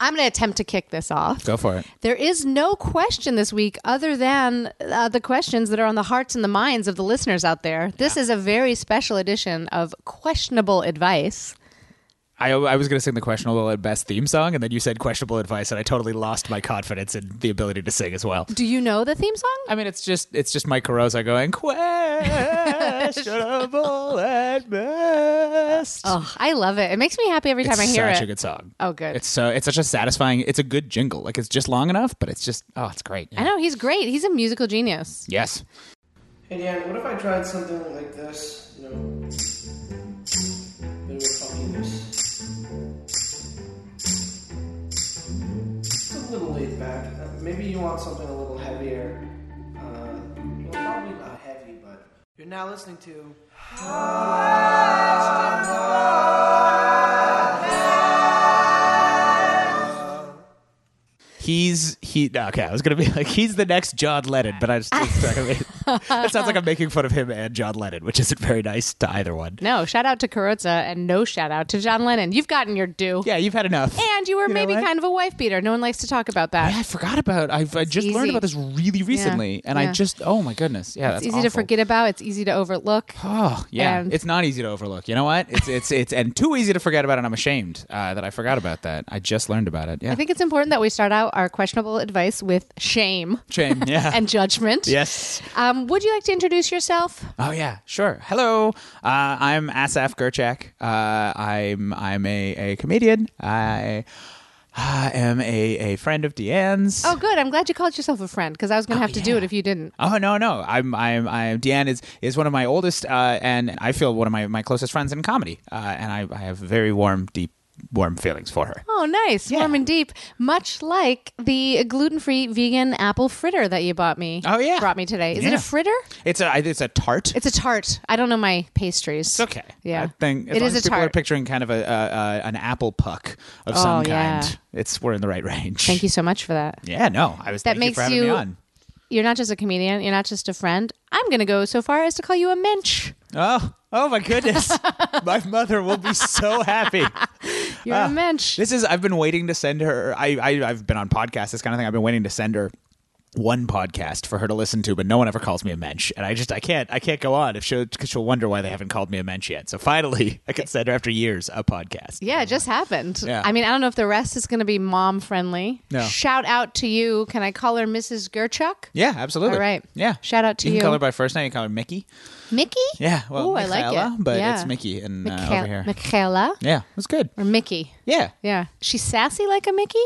I'm going to attempt to kick this off. Go for it. There is no question this week other than uh, the questions that are on the hearts and the minds of the listeners out there. This is a very special edition of questionable advice. I, I was going to sing the questionable at best theme song, and then you said questionable advice, and I totally lost my confidence in the ability to sing as well. Do you know the theme song? I mean, it's just it's just Mike Carosa going questionable at best. Oh, I love it. It makes me happy every time it's I hear such it. a good song. Oh, good. It's so it's such a satisfying. It's a good jingle. Like it's just long enough, but it's just oh, it's great. I know he's great. He's a musical genius. Yes. Hey Dan, what if I tried something like this? You know, they were fucking this. It's a little laid back. Uh, Maybe you want something a little heavier. Uh, well, probably not heavy, but you're now listening to. He's he okay. I was gonna be like he's the next John Lennon, but I just it's not gonna be- that sounds like I'm making fun of him and John Lennon, which isn't very nice to either one. No, shout out to Carozza and no shout out to John Lennon. You've gotten your due. Yeah, you've had enough. And you were know maybe what? kind of a wife beater. No one likes to talk about that. Yeah, I forgot about. I've I just learned easy. about this really recently, and yeah. I just oh my goodness, yeah, it's that's easy awful. to forget about. It's easy to overlook. Oh yeah, And- it's not easy to overlook. You know what? It's it's it's and too easy to forget about, and I'm ashamed uh, that I forgot about that. I just learned about it. Yeah, I think it's important that we start out our questionable advice with shame shame. Yeah, and judgment. yes. Um, would you like to introduce yourself? Oh yeah, sure. Hello, uh, I'm Asaf Gerchak. Uh, I'm I'm a, a comedian. I, I am a, a friend of Deanne's. Oh, good. I'm glad you called yourself a friend because I was going to have to do yeah. it if you didn't. Oh no no! I'm I'm I'm Deanne is is one of my oldest uh, and I feel one of my, my closest friends in comedy, uh, and I, I have very warm deep warm feelings for her. Oh, nice. Warm and deep. Much like the gluten free vegan apple fritter that you bought me. Oh, yeah. Brought me today. Is it Yeah. a fritter? It's a it's a tart. It's a tart. I don't know my pastries. It's okay. Yeah. I think as It long is as a people are tart. picturing kind of a, a, a an apple puck of Oh, some yeah. kind. It's we're in the right range. Thank you so much for that. Yeah, no, I was That makes thank you for having you- me on. You're not just a comedian, you're not just a friend. I'm going to go so far as to call you a mensch. Oh, oh my goodness. my mother will be so happy. You're Ah, a mensch. This is I've been waiting to send her I, I I've been on podcasts, this kind of thing. I've been waiting to send her one podcast for her to listen to, but no one ever calls me a mensch. And I just I can't I can't go on if she'll cause she'll wonder why they haven't called me a mensch yet. So finally I can send her after years a podcast. Yeah, it just happened. Yeah. I mean, I don't know if the rest is going to be mom friendly. No. Shout out to you. Can I call her Mrs. Gerchuk? Yeah, absolutely. All right. Yeah. Shout out to you. you. can call her by first name, you can call her Mickey. Mickey? Yeah. Well, Ooh, I like Michaela, it. But Yeah. it's Mickey and uh, Michaela, over here. Michaela yeah, it was good. or Mickey? Yeah. Yeah. She's sassy like a Mickey?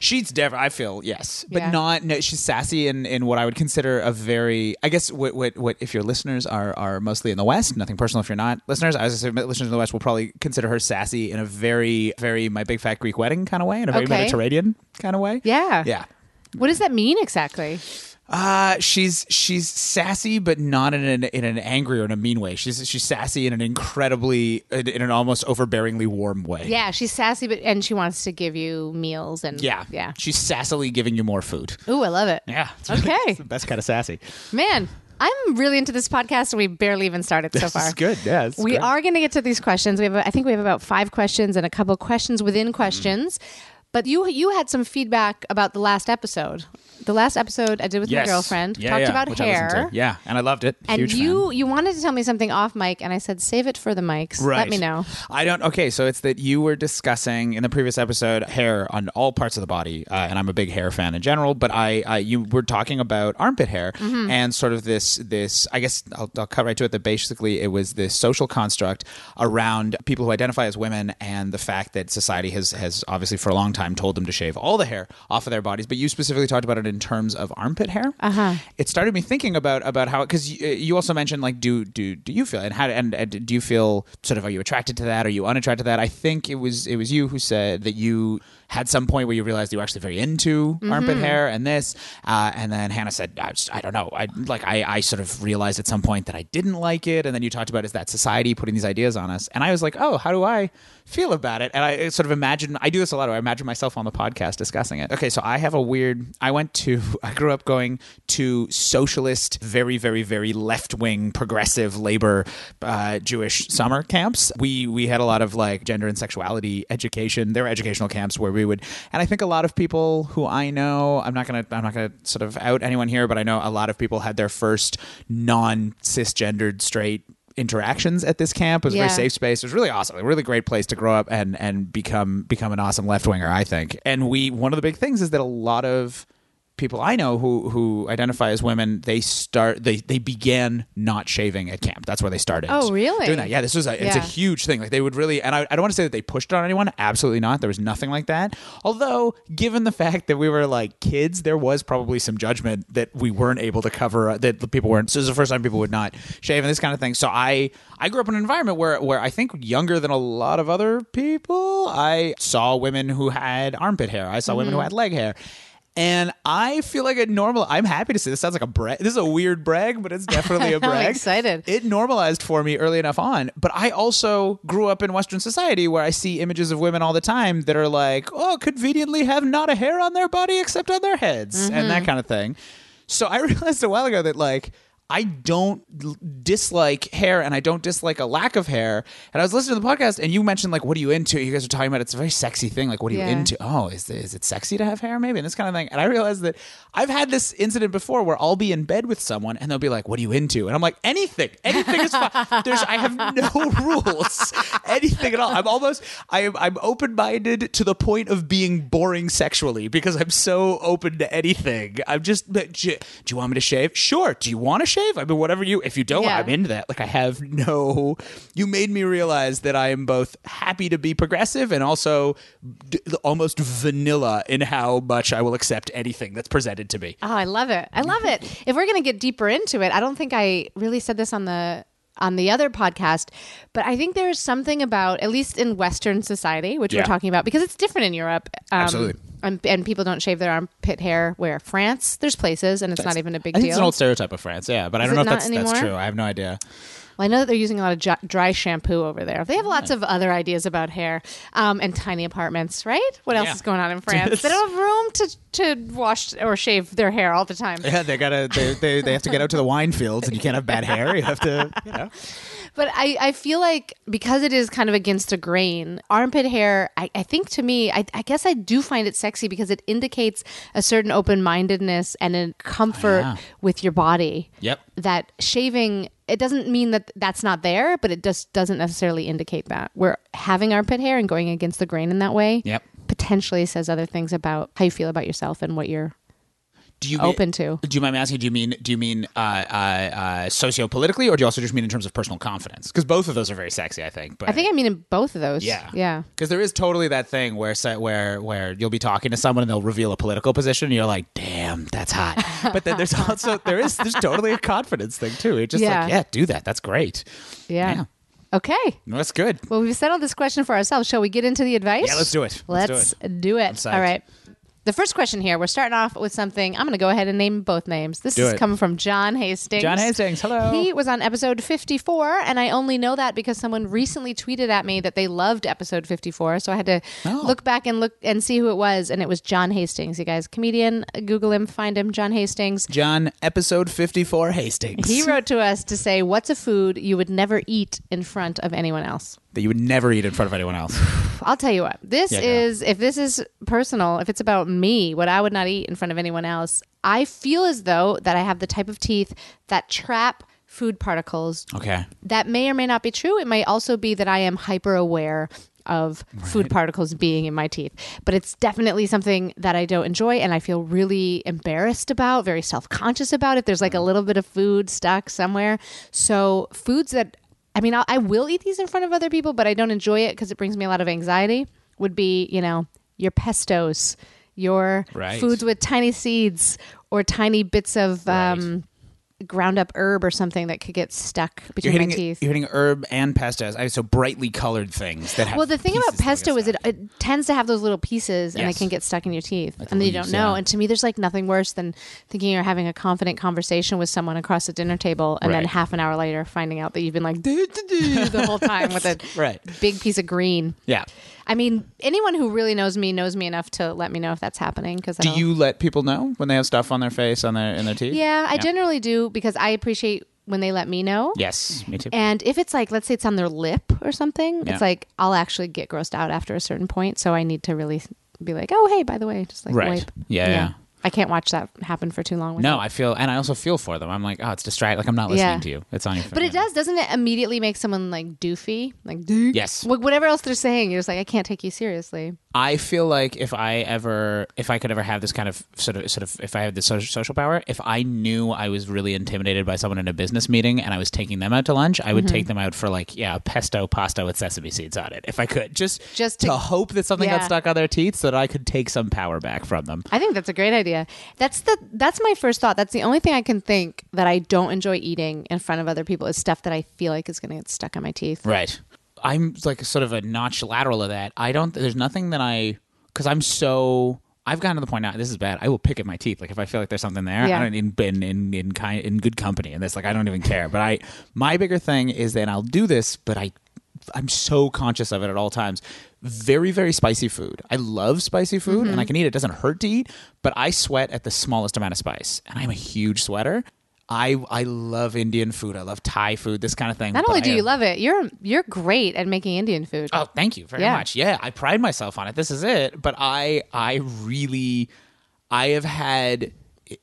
She's def- I feel yes, but Yeah. not. No, she's sassy in, in what I would consider a very. I guess what, what what if your listeners are are mostly in the West. Nothing personal if you're not listeners. I was gonna say listeners in the West will probably consider her sassy in a very very my big fat Greek wedding kind of way, in a very Okay. Mediterranean kind of way. Yeah. yeah. What does that mean exactly? Uh, she's she's sassy, but not in an in an angry or in a mean way. She's she's sassy in an incredibly in, in an almost overbearingly warm way. Yeah, she's sassy, but and she wants to give you meals and yeah, yeah. She's sassily giving you more food. Ooh, I love it. Yeah. It's Okay. it's the best kind of sassy. Man, I'm really into this podcast, and we barely even started so far. This is good. Yeah. this is We great. are going to get to these questions. We have, I think, we have about five questions and a couple of questions within questions. But you, you had some feedback about the last episode. The last episode I did with Yes. my girlfriend Yeah, talked yeah, about which I listened to. hair. Yeah, and I loved it. And Huge you, fan. you wanted to tell me something off mic, and I said save it for the mics. Let me know. I don't. Okay, so it's that you were discussing in the previous episode hair on all parts of the body, uh, and I'm a big hair fan in general. But I, I you were talking about armpit hair Mm-hmm. and sort of this, this. I guess I'll, I'll cut right to it. That basically it was this social construct around people who identify as women and the fact that society has has obviously for a long time told them to shave all the hair off of their bodies. But you specifically talked about it in terms of armpit hair. Uh Uh-huh. huh. It started me thinking about about how because you, uh, you also mentioned like do do do you feel and how and, and do you feel sort of are you attracted to that? Are you unattracted to that? I think it was it was you who said that you had some point where you realized you were actually very into armpit hair and this, uh, and then Hannah said I, just- I don't know I like I I sort of realized at some point that I didn't like it, and then you talked about is that society putting these ideas on us, and I was like oh how do I feel about it? And I uh, sort of imagine I do this a lot. I imagine myself on the podcast discussing it. Okay, so I have a weird. I went to. I grew up going to socialist, very, very, very left wing, progressive, labor, uh, Jewish summer camps. We we had a lot of like gender and sexuality education. There were educational camps where we we would and I think a lot of people who I know I'm not gonna I'm not gonna sort of out anyone here, but I know a lot of people had their first non cisgendered straight interactions at this camp. It was a very Yeah. safe space. It was really awesome. A really great place to grow up and and become become an awesome left winger, I think. And we one of the big things is that a lot of people I know who who identify as women, they start they they began not shaving at camp. That's where they started. Oh, really? Doing that. Yeah, this was a, it's a Yeah. huge thing. Like they would really and I, I don't want to say that they pushed it on anyone. Absolutely not. There was nothing like that. Although, given the fact that we were like kids, there was probably some judgment that we weren't able to cover uh, that the people weren't so this is the first time people would not shave and this kind of thing. So I I grew up in an environment where where I think younger than a lot of other people, I saw women who had armpit hair. I saw women who Mm-hmm. had leg hair. And I feel like a normal. I'm happy to say this sounds like a brag. This is a weird brag, but it's definitely a brag. excited. It normalized for me early enough on, but I also grew up in Western society where I see images of women all the time that are like, oh, conveniently have not a hair on their body except on their heads and that kind of thing. So I realized a while ago that like. I don't l- dislike hair and I don't dislike a lack of hair. And I was listening to the podcast and you mentioned like what are you into? You guys are talking about it's a very sexy thing. Like what are Yeah. you into? to, oh is, th- is it sexy to have hair maybe and this kind of thing and i realized that i've had this incident before where i'll be in bed with someone and they'll be like what are you into and i'm like anything anything is fine there's i have no rules anything at all i'm almost i am i'm open-minded to the point of being boring sexually because i'm so open to anything i'm just but j- do you want me to shave sure do you want to shave i mean whatever you if you don't Yeah. i'm into that like i have no you made me realize that i am both happy to be progressive and also d- almost vanilla in how much i will accept anything that's presented to me Oh, I love it. I love it. Mm-hmm. If we're going to get deeper into it, I don't think I really said this on the on the other podcast, but I think there's something about at least in western society, which Yeah. we're talking about because it's different in Europe. Um, Absolutely. And, and people don't shave their armpit hair where France, there's places and it's not even a big I think deal. it's an old stereotype of france yeah but i don't it know if not that's, that's anymore? true i have no idea Well, I know that they're using a lot of ju- dry shampoo over there. They have lots of other ideas about hair um, and tiny apartments, right? What else Yeah. is going on in France? they don't have room to, to wash or shave their hair all the time. yeah they gotta they, they, they have to get out to the wine fields and you can't have bad hair you have to you know But I, I feel like because it is kind of against the grain, armpit hair, I, I think to me, I, I guess I do find it sexy because it indicates a certain open mindedness and a comfort yeah. with your body. Yep. That shaving, it doesn't mean that that's not there, but it just doesn't necessarily indicate that. We're having armpit hair and going against the grain in that way. Yep. Potentially says other things about how you feel about yourself and what you're. do you Open to. do you mind me asking do you mean do you mean uh, uh, uh, socio-politically or do you also just mean in terms of personal confidence because both of those are very sexy i think but I think I mean in both of those. Yeah. Yeah. Because there is totally that thing where se- where where you'll be talking to someone and they'll reveal a political position and you're like, damn, that's hot. But then there's also there is there's totally a confidence thing too. It's just Yeah. like, yeah, do that. That's great. Yeah. Yeah. Okay. No, That's good. Well, we've settled this question for ourselves. Shall we get into the advice? Yeah, let's do it. Let's Let's, do do it. psyched. All right. The first question here, we're starting off with something. I'm going to go ahead and name both names. This Do is it. coming from John Hastings. John Hastings, hello. He was on episode 54, and I only know that because someone recently tweeted at me that they loved episode 54. So I had to Oh. look back and look and see who it was, and it was John Hastings. You guys, comedian, Google him, find him, John Hastings. John, episode fifty four, Hastings. He wrote to us to say, "What's a food you would never eat in front of anyone else?" that you would never eat in front of anyone else. I'll tell you what. This Yeah, go. is if this is personal, if it's about me, what I would not eat in front of anyone else. I feel as though that I have the type of teeth that trap food particles. Okay. That may or may not be true. It may also be that I am hyper aware of food particles being in my teeth. But it's definitely something that I don't enjoy and I feel really embarrassed about, very self-conscious about if there's like a little bit of food stuck somewhere. So foods that I mean, I'll, I will eat these in front of other people, but I don't enjoy it because it brings me a lot of anxiety. Would be, you know, your pestos, your Right. foods with tiny seeds or tiny bits of um, ground up herb or something that could get stuck You're between hitting my teeth. you're hitting herb and pestos. I so brightly colored things that have well, the thing about pieces that pesto get is it, it tends to have those little pieces and Yes. they can get stuck in your teeth and then you don't leaves, know. yeah. And to me, there's like nothing worse than thinking you're having a confident conversation with someone across a dinner table and then Right. half an hour later finding out that you've been like the whole time with a Right. big piece of green. Yeah. I mean, anyone who really knows me knows me enough to let me know if that's happening. Because Do you let people know when they have stuff on their face on their in their teeth? Yeah, I generally do because I appreciate when they let me know. Yes, me too. And if it's like, let's say it's on their lip or something, Yeah. it's like I'll actually get grossed out after a certain point. So I need to really be like, oh, hey, by the way, just like Right. wipe. Yeah, yeah. I can't watch that happen for too long. No, I feel, and I also feel for them. I'm like, oh, it's distract. Like I'm not listening Yeah. to you. It's on your. But it does, doesn't it? Immediately make someone like doofy, like doof. Yes. Wh- whatever else they're saying, you're just like, I can't take you seriously. I feel like if I ever, if I could ever have this kind of sort of, sort of, if I had this social, social power, if I knew I was really intimidated by someone in a business meeting and I was taking them out to lunch, I Mm-hmm. would take them out for like, yeah, pesto pasta with sesame seeds on it, if I could, just Just to, to- hope that something got Yeah. stuck on their teeth so that I could take some power back from them. I think that's a great idea. That's the that's my first thought. That's the only thing I can think that I don't enjoy eating in front of other people is stuff that I feel like is going to get stuck on my teeth. Right. I'm like sort of a notch lateral of that. I don't. There's nothing that I because I'm so. I've gotten to the point now. This is bad. I will pick at my teeth. Like if I feel like there's something there, Yeah. I don't in in in in, kind, in good company. And this like I don't even care. But I my bigger thing is that I'll do this, but I I'm so conscious of it at all times. Very very spicy food. I love spicy food, and Mm-hmm. I can eat it. It Doesn't hurt to eat, but I sweat at the smallest amount of spice, and I'm a huge sweater. I I love Indian food. I love Thai food. This kind of thing. Not but only I do you am- love it, you're you're great at making Indian food. Oh, thank you very Yeah. much. Yeah, I pride myself on it. This is it. But I, I really, I have had.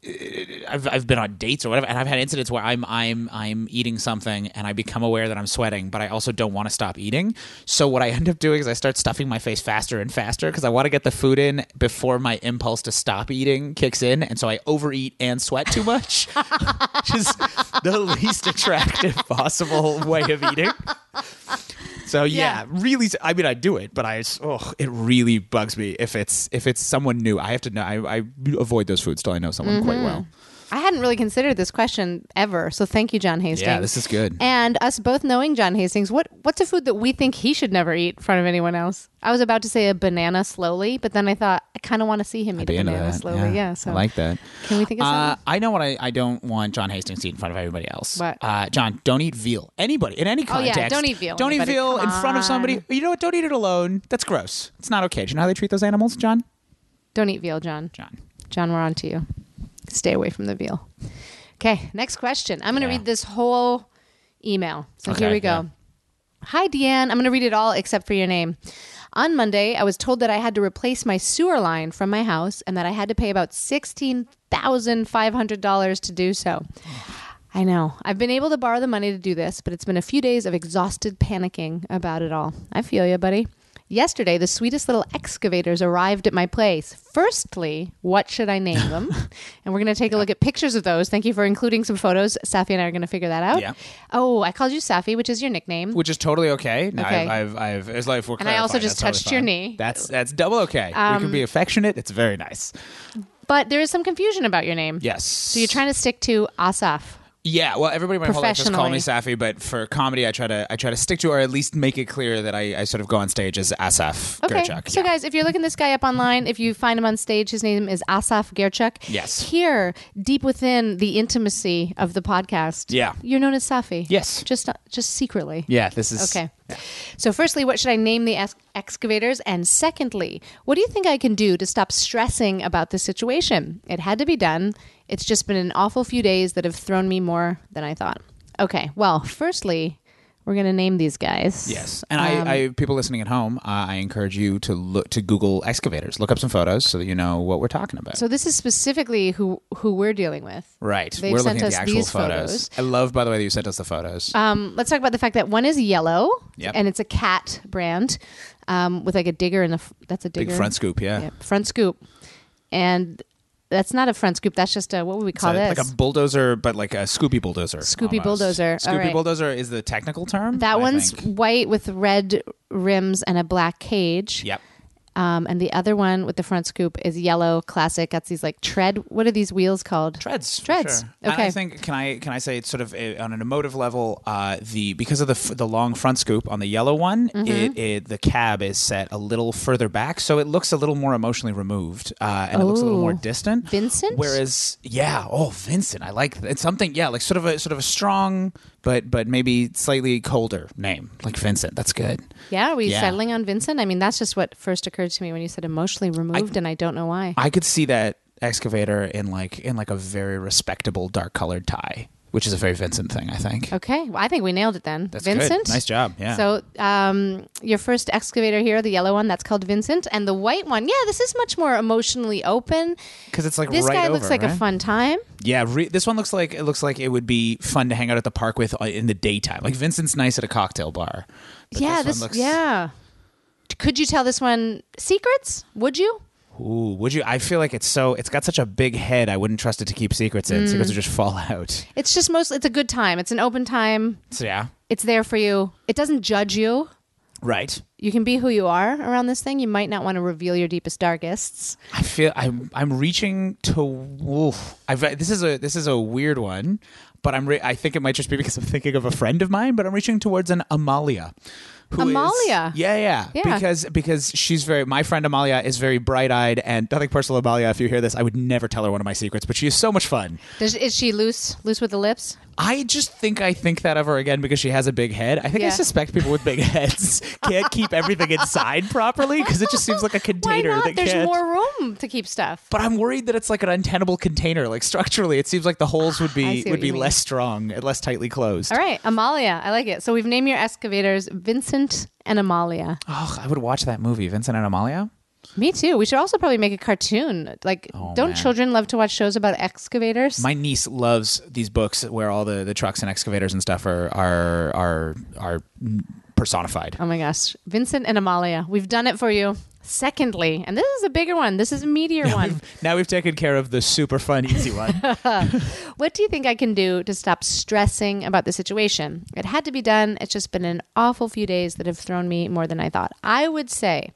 I've, I've been on dates or whatever, and I've had incidents where I'm I'm I'm eating something and I become aware that I'm sweating, but I also don't want to stop eating. So what I end up doing is I start stuffing my face faster and faster because I want to get the food in before my impulse to stop eating kicks in, and so I overeat and sweat too much, which is the least attractive possible way of eating. So yeah, Yeah. really. I mean, I do it, but I s- oh, it really bugs me if it's if it's someone new. I have to know. I, I avoid those foods till I know someone Mm-hmm. quite well. I hadn't really considered this question ever, so thank you, John Hastings. Yeah, this is good. And us both knowing John Hastings, what what's a food that we think he should never eat in front of anyone else? I was about to say a banana slowly, but then I thought I kind of want to see him eat a banana slowly. Yeah, so I like that. Can we think of Uh, something? I know what I, I don't want John Hastings to eat in front of everybody else. What? Uh, John, don't eat veal. Anybody in any Oh, yeah, context. don't eat veal, Don't anybody. eat veal in Come front of somebody. on. You know what? Don't eat it alone. That's gross. It's not okay. Do you know how they treat those animals, John? Don't eat veal, John. John. John, we're on to you. Stay away from the veal. Okay, next question. I'm going to Yeah. read this whole email. So Okay, here we go. yeah. Hi, Deanne. I'm going to read it all except for your name. On Monday, I was told that I had to replace my sewer line from my house and that I had to pay about $16,500 to do so. I know. I've been able to borrow the money to do this, but it's been a few days of exhausted panicking about it all. I feel you, buddy. Yesterday, the sweetest little excavators arrived at my place. Firstly, what should I name them? and we're going to take a look at pictures of those. Thank you for including some photos. Safi and I are going to figure that out. Yeah. Oh, I called you Safi, which is your nickname. Which is totally okay. No, Okay. I've, I've, I've, it's like if we're And I also clarifying, just that's touched totally your knee. fine. Um, That's that's double okay. we can be affectionate. It's very nice. But there is some confusion about your name. Yes. So you're trying to stick to Asaf. Yeah, well, everybody my whole life just call me Safi, but for comedy, I try to I try to stick to or at least make it clear that I, I sort of go on stage as Asaf Okay. Gerchuk. So, Yeah. guys, if you're looking this guy up online, if you find him on stage, his name is Asaf Gerchuk. Yes. Here, deep within the intimacy of the podcast, Yeah. you're known as Safi. Yes. Just, uh, just secretly. yeah, this is Okay. So, firstly, what should I name the ex- excavators? And secondly, what do you think I can do to stop stressing about this situation? It had to be done. It's just been an awful few days that have thrown me more than I thought. Okay. Well, firstly, we're going to name these guys. Um, Yes, and I, I people listening at home, uh, I encourage you to look to Google excavators, look up some photos so that you know what we're talking about. So this is specifically who who we're dealing with. right, They've we're sent looking at us the actual these photos. I love, by the way, that you sent us the photos. Um, let's talk about the fact that one is yellow, Yep. and it's a cat brand um, with like a digger and a f- that's a digger Big front scoop, yeah. Yeah, front scoop, and that's not a front scoop. That's just a what would we It's call a- this? like a bulldozer, but like a Scoopy bulldozer. Scoopy almost. bulldozer, all Scoopy right. bulldozer is the technical term. that I one's think. white with red rims and a black cage. Yep. Um, and the other one with the front scoop is yellow classic. That's these like tread. What are these wheels called? Treads, for Treads. sure. And Okay. I think can I can I say it's sort of uh on an emotive level. Uh, the because of the f- the long front scoop on the yellow one, Mm-hmm. it, it the cab is set a little further back, so it looks a little more emotionally removed, uh, and it looks a little more Oh. distant. Vincent? Whereas, yeah, oh Vincent, I like th- it's something. Yeah, like sort of a sort of a strong, but but maybe slightly colder name, like Vincent. That's good. Yeah, are we Yeah. settling on Vincent? I mean, that's just what first occurred to me when you said emotionally removed, and I don't know why. I could see that excavator in like in like a very respectable dark colored tie. which is a very Vincent thing, I think. Okay, well, I think we nailed it then. That's good. Vincent, Nice job. Yeah. So, um, your first excavator here, the yellow one, that's called Vincent, and the white one, yeah, this is much more emotionally open. Because it's like This right guy over, looks like a right? fun time. Yeah, re- this one looks like it looks like it would be fun to hang out at the park with uh, in the daytime. Like Vincent's nice at a cocktail bar. But yeah, one this, looks- yeah. Could you tell this one secrets? Would you? Ooh, would you? I feel like it's so. It's got such a big head. I wouldn't trust it to keep secrets Mm. in. Secrets would just fall out. It's just mostly it's a good time. It's an open time. So yeah, It's there for you. It doesn't judge you. right. You can be who you are around this thing. You might not want to reveal your deepest darkests. I feel I'm I'm reaching to. Oof, I've, this is a this is a weird one, but I'm re- I think it might just be because I'm thinking of a friend of mine. But I'm reaching towards an Amalia. who is- Amalia. yeah, yeah, Yeah. Because because she's very my friend Amalia is very bright eyed and nothing personal Amalia. If you hear this, I would never tell her one of my secrets, but she is so much fun. Does, is she loose loose with the lips? I just think I think that of her again because she has a big head. I think I Yeah. suspect people with big heads can't keep everything inside properly because it just seems like a Why container not? that There's can't. more room to keep stuff. but I'm worried that it's like an untenable container. Like structurally, it seems like the holes would I be see what would be you mean. less strong and less tightly closed. All right, Amalia. I like it. So we've named your excavators Vincent and Amalia. Oh, I would watch that movie, Vincent and Amalia. Me too. We should also probably make a cartoon. Like, don't Oh, man. children love to watch shows about excavators? My niece loves these books where all the, the trucks and excavators and stuff are are are are personified. oh my gosh. Vincent and Amalia. We've done it for you. Secondly, and this is a bigger one, this is a meteor one. Now we've taken care of the super fun easy one. What do you think I can do to stop stressing about the situation? It had to be done. It's just been an awful few days that have thrown me more than I thought. I would say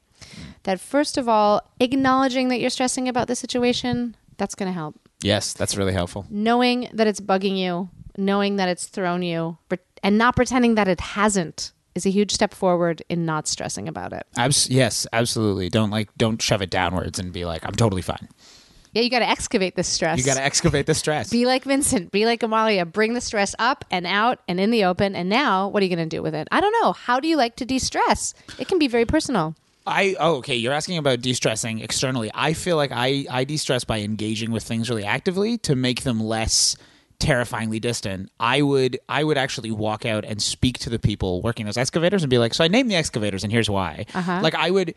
that, first of all, acknowledging that you're stressing about the situation, that's going to help. yes, that's really helpful. knowing that it's bugging you, knowing that it's thrown you, pre- and not pretending that it hasn't is a huge step forward in not stressing about it. Abs- yes, absolutely. Don't like don't shove it downwards and be like I'm totally fine. Yeah, you got to excavate this stress. You got to excavate the stress. be like Vincent, be like Amalia, bring the stress up and out and in the open. And now, what are you going to do with it? I don't know. How do you like to de stress? It can be very personal. I oh, okay. You're asking about de-stressing externally. I feel like I I de-stress by engaging with things really actively to make them less terrifyingly distant. I would I would actually walk out and speak to the people working those excavators and be like, so I named the excavators and here's why. Uh-huh. Like I would.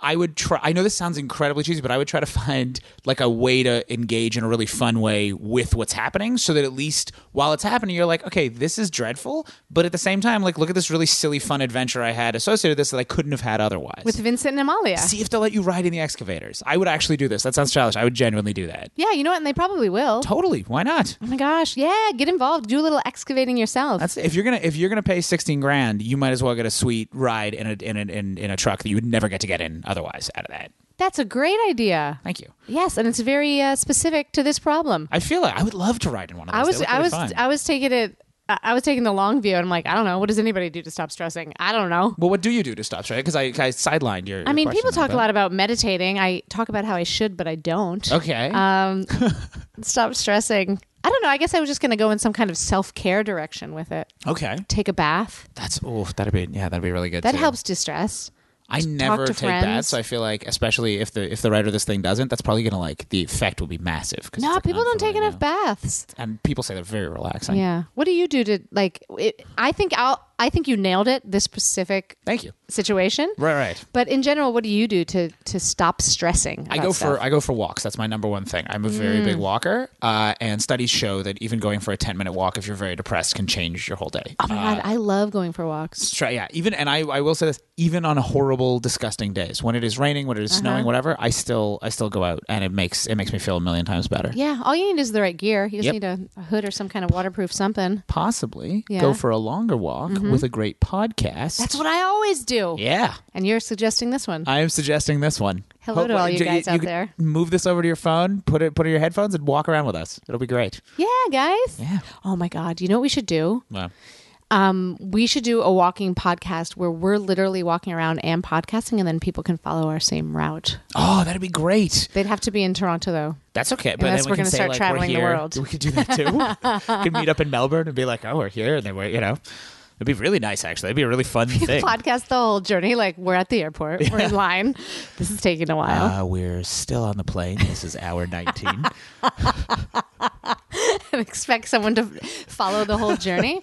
I would try. I know this sounds incredibly cheesy, but I would try to find like a way to engage in a really fun way with what's happening, so that at least while it's happening, you're like, okay, this is dreadful, but at the same time, like, look at this really silly, fun adventure I had associated with this that I couldn't have had otherwise With Vincent and Amalia. see if they'll let you ride in the excavators. I would actually do this. That sounds childish. I would genuinely do that. yeah, you know what? And they probably will. Totally. Why not? Oh my gosh. Yeah, get involved. Do a little excavating yourself. That's if you're gonna if you're gonna pay sixteen grand, you might as well get a sweet ride in a in a, in, in a truck that you would never get to get in otherwise. Out of that, That's a great idea. thank you. Yes, and it's very uh, specific to this problem. I feel like I would love to ride in one of those. I was, They look I really was, fun. I was taking it. I I was taking the long view, and I'm like, I don't know. What does anybody do to stop stressing? I don't know. well, what do you do to stop stress? Because I, I sidelined your. I your mean, question people there, talk a but- lot about meditating. I talk about how I should, but I don't. Okay. Um, stop stressing. I don't know. I guess I was just going to go in some kind of self care direction with it. okay. Take a bath. That's oh, that'd be yeah, that'd be really good. That too. helps distress. I never to take friends. baths, so I feel like, especially if the if the writer of this thing doesn't, that's probably gonna like the effect will be massive. 'cause it's, No, like, oh, people don't take unfamiliar. enough baths. and people say they're very relaxing. Yeah. What do you do to like? It, I think I'll. I think you nailed it. This specific Thank you. situation. Right, right. But in general, what do you do to to stop stressing? I about go stuff? Mm. for I go for walks. That's my number one thing. I'm a very big walker, uh, and studies show that even going for a 10 minute walk, if you're very depressed, can change your whole day. Oh my god, I love going for walks. Try, yeah, even and I, I will say this even on horrible, disgusting days when it is raining, when it Uh-huh. is snowing, whatever, I still I still go out and it makes it makes me feel a million times better. Yeah, all you need is the right gear. You just Yep. need a, a hood or some kind of waterproof something. Possibly Yeah. Mm-hmm. go for a longer walk with a great podcast. That's what I always do. yeah. Uh, And you're suggesting this one. I am suggesting this one. Hello to all you j- guys out could there. Move this over to your phone, put it put it in your headphones, and walk around with us. It'll be great. yeah, guys. Yeah. Oh my god, you know what we should do? Wow. Um, we should do a walking podcast where we're literally walking around and podcasting, and then people can follow our same route. Oh, that'd be great. They'd have to be in Toronto though. That's okay. But Unless then we we're can gonna say, start like, traveling the we're here. world. We could do that too. we could meet up in Melbourne and be like, oh, we're here, and then we're you know, it'd be really nice actually. It'd be a really fun thing. Podcast the whole journey. Like we're at the airport, we're in line. This is taking a while. Uh, we're still on the plane. This is hour nineteen. and expect someone to follow the whole journey.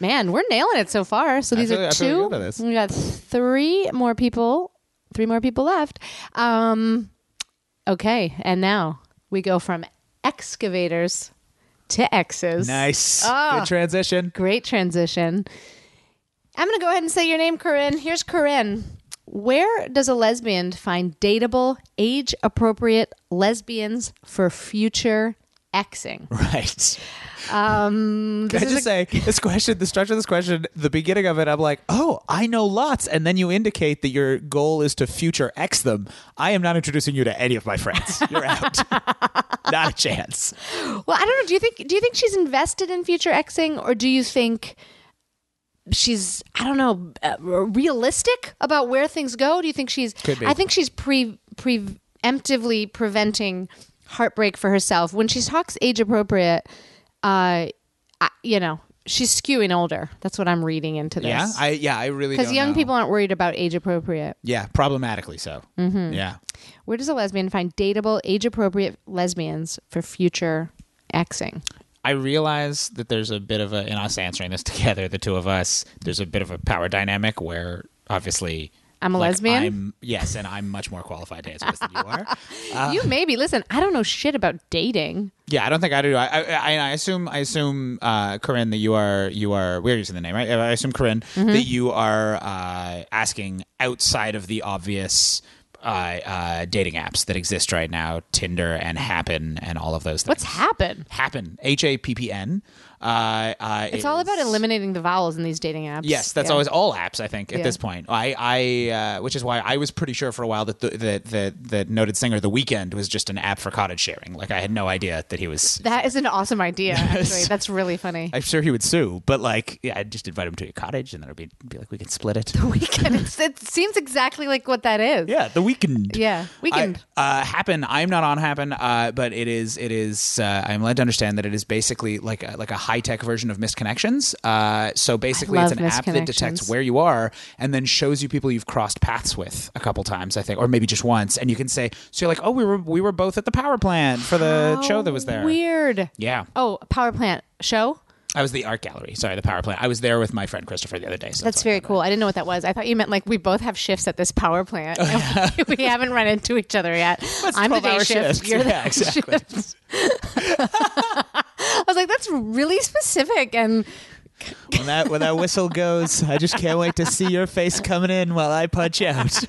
Man, we're nailing it so far. So these feel- are I feel two. good about this. We got three more people. Three more people left. Um, okay, and now we go from excavators to X's. Nice. Ah. Good transition. Great transition. I'm going to go ahead and say your name, Corinne. Here's Corinne. Where does a lesbian find dateable, age appropriate lesbians for future exing? Right. Um, this Can I is just a- say this question, the structure of this question, the beginning of it, I'm like, oh, I know lots, and then you indicate that your goal is to future X them. I am not introducing you to any of my friends. You're out. not a chance. well, I don't know. Do you think do you think she's invested in future exing, or do you think she's I don't know uh, realistic about where things go? Do you think she's? Could be. I think she's pre preemptively preventing heartbreak for herself when she talks age appropriate. Uh, I, you know, she's skewing older. That's what I'm reading into this. Yeah, I yeah, I really because don't young know. people aren't worried about age appropriate. Yeah, problematically so. Mm-hmm. Yeah. Where does a lesbian find dateable, age appropriate lesbians for future exing? I realize that there's a bit of a, in us answering this together, the two of us, there's a bit of a power dynamic where obviously. I'm a lesbian? I'm, yes, and I'm much more qualified to answer this than you are. you Uh, maybe listen. I don't know shit about dating. Yeah, I don't think I do. I I, I I assume I assume uh, Corinne that you are you are we're using the name right. I assume Corinne Mm-hmm. that you are uh, asking outside of the obvious uh, uh, dating apps that exist right now, Tinder and Happen and all of those things. What's happen? Happen? H a p p n. Uh, uh, It's all about is- eliminating the vowels in these dating apps. Yes, that's Yeah. always all apps. I think at Yeah. this point, I, I, uh, which is why I was pretty sure for a while that the, that that that noted singer The Weekend was just an app for cottage sharing. Like I had no idea that he was That is an awesome idea. Actually, that's really funny. I'm sure he would sue, but like, yeah, I'd just invite him to your cottage, and then it'd be, be like, we can split it. Weekend. It's, it seems exactly like what that is. yeah, the weekend. Yeah, Weekend. I, uh, happen. I'm not on happen, uh, but it is. It is. Uh, I'm led to understand that it is basically like a, like a high tech version of misconnections. Uh, so basically, it's love an app that misconnections. detects where you are and then shows you people you've crossed paths with a couple times, I think, or maybe just once, and you can say, so you're like, oh, we were we were both at the power plant for the show that was there. Weird. Yeah, Oh, power plant show. I was the art gallery. Sorry, the power plant. I was there with my friend Christopher the other day. So That's why I very cool. I didn't know what that was. I thought you meant like we both have shifts at this power plant. and we, we haven't run into each other yet. I'm the 12 day hour shift. shifts. You're the Yeah, night exactly. shift. I was like, that's really specific and When that when that whistle goes, I just can't wait to see your face coming in while I punch out.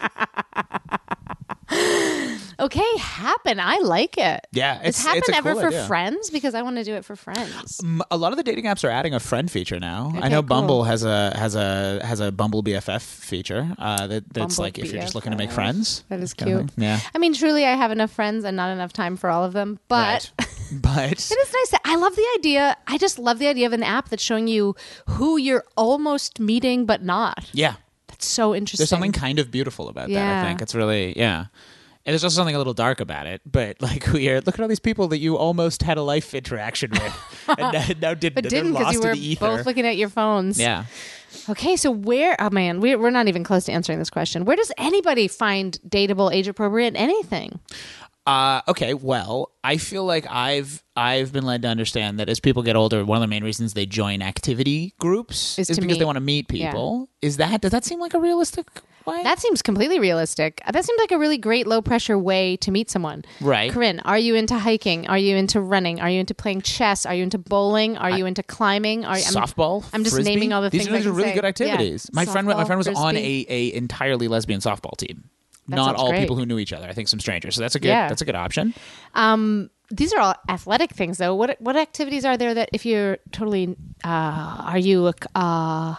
Okay, happen. I like it. Yeah, is it's- happen it's a ever cool for idea. Um, friends? Because I want to do it for friends. A lot of the dating apps are adding a friend feature now. I Okay, know cool. Bumble has a has a has a Bumble BFF feature uh, that that's Bumble like if you're just looking to make friends. That is Kind of cute. thing. Yeah, I mean, truly, I have enough friends and not enough time for all of them. But Right. but it is nice. That I love the idea. I just love the idea of an app that's showing you who you're almost meeting but not. yeah, That's so interesting. there's something kind of beautiful about that. Yeah. I think it's really yeah. And there's also something a little dark about it, but like we are look at all these people that you almost had a life interaction with, and now, now didn't. but didn't and they're because lost you were in the ether. both looking at your phones. yeah. Okay, so where? Oh man, we, we're not even close to answering this question. Where does anybody find dateable, age appropriate anything? Uh, okay, well, I feel like I've I've been led to understand that as people get older, one of the main reasons they join activity groups Is is, to because meet. they want to meet Yeah. people. Is that does that seem like a realistic way? That seems completely realistic. That seems like a really great low pressure way to meet someone. Right. Corinne, are you into hiking? Are you into running? Are you into playing chess? Are you into bowling? Are you into climbing? Are you I'm- softball. I'm just frisbee? naming all the These things I These are can really say. good Yeah. activities. My friend, my Softball, friend was on frisbee. a, a entirely lesbian softball team. That Not sounds all great. people who knew each other. I think some strangers. So that's a good. Yeah. That's a good option. Um, these are all athletic things, though. What what activities are there that if you're totally uh, are you a, uh,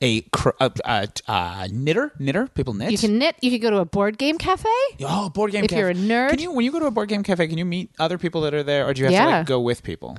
A cr- uh, uh, uh, knitter, knitter. People knit. you can knit? You could go to a board game cafe. Oh, board game. If cafe. you're a nerd. can you when you go to a board game cafe? Can you meet other people that are there, or do you have to Yeah. like go with people?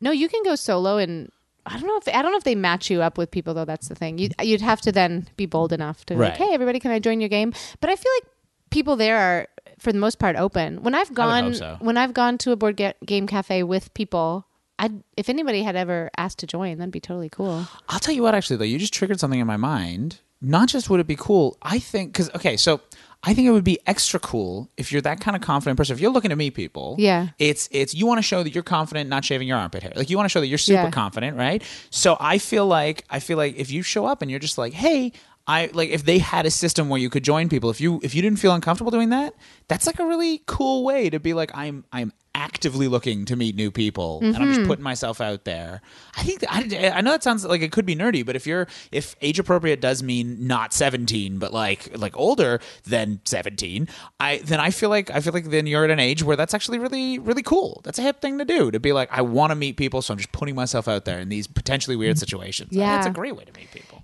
No, you can go solo and. I don't know if I don't know if they match you up with people though. That's the thing. You you'd have to then be bold enough to be like, Right. hey, everybody, can I join your game? But I feel like people there are, for the most part, open. When I've would gone, hope so. when I've gone to a board ga- game cafe with people, I would if anybody had ever asked to join, that'd be totally cool. I'll tell you what, actually, though, you just triggered something in my mind. Not just would it be cool, I think, because, okay, so I think it would be extra cool if you're that kind of confident person. If you're looking to meet people, Yeah. it's it's you want to show that you're confident not shaving your armpit hair. Like you want to show that you're super Yeah. confident, right? So I feel like I feel like if you show up and you're just like, hey. I like if they had a system where you could join people. If you if you didn't feel uncomfortable doing that, that's like a really cool way to be like I'm I'm actively looking to meet new people and I'm Mm-hmm. just putting myself out there. I think that, I, I know that sounds like it could be nerdy, but if you're if age appropriate does mean not 17, but like like older than 17, I then I feel like I feel like then you're at an age where that's actually really really cool. That's a hip thing to do to be like I want to meet people, so I'm just putting myself out there in these potentially weird situations. I think Mm. Yeah. that's a great way to meet people.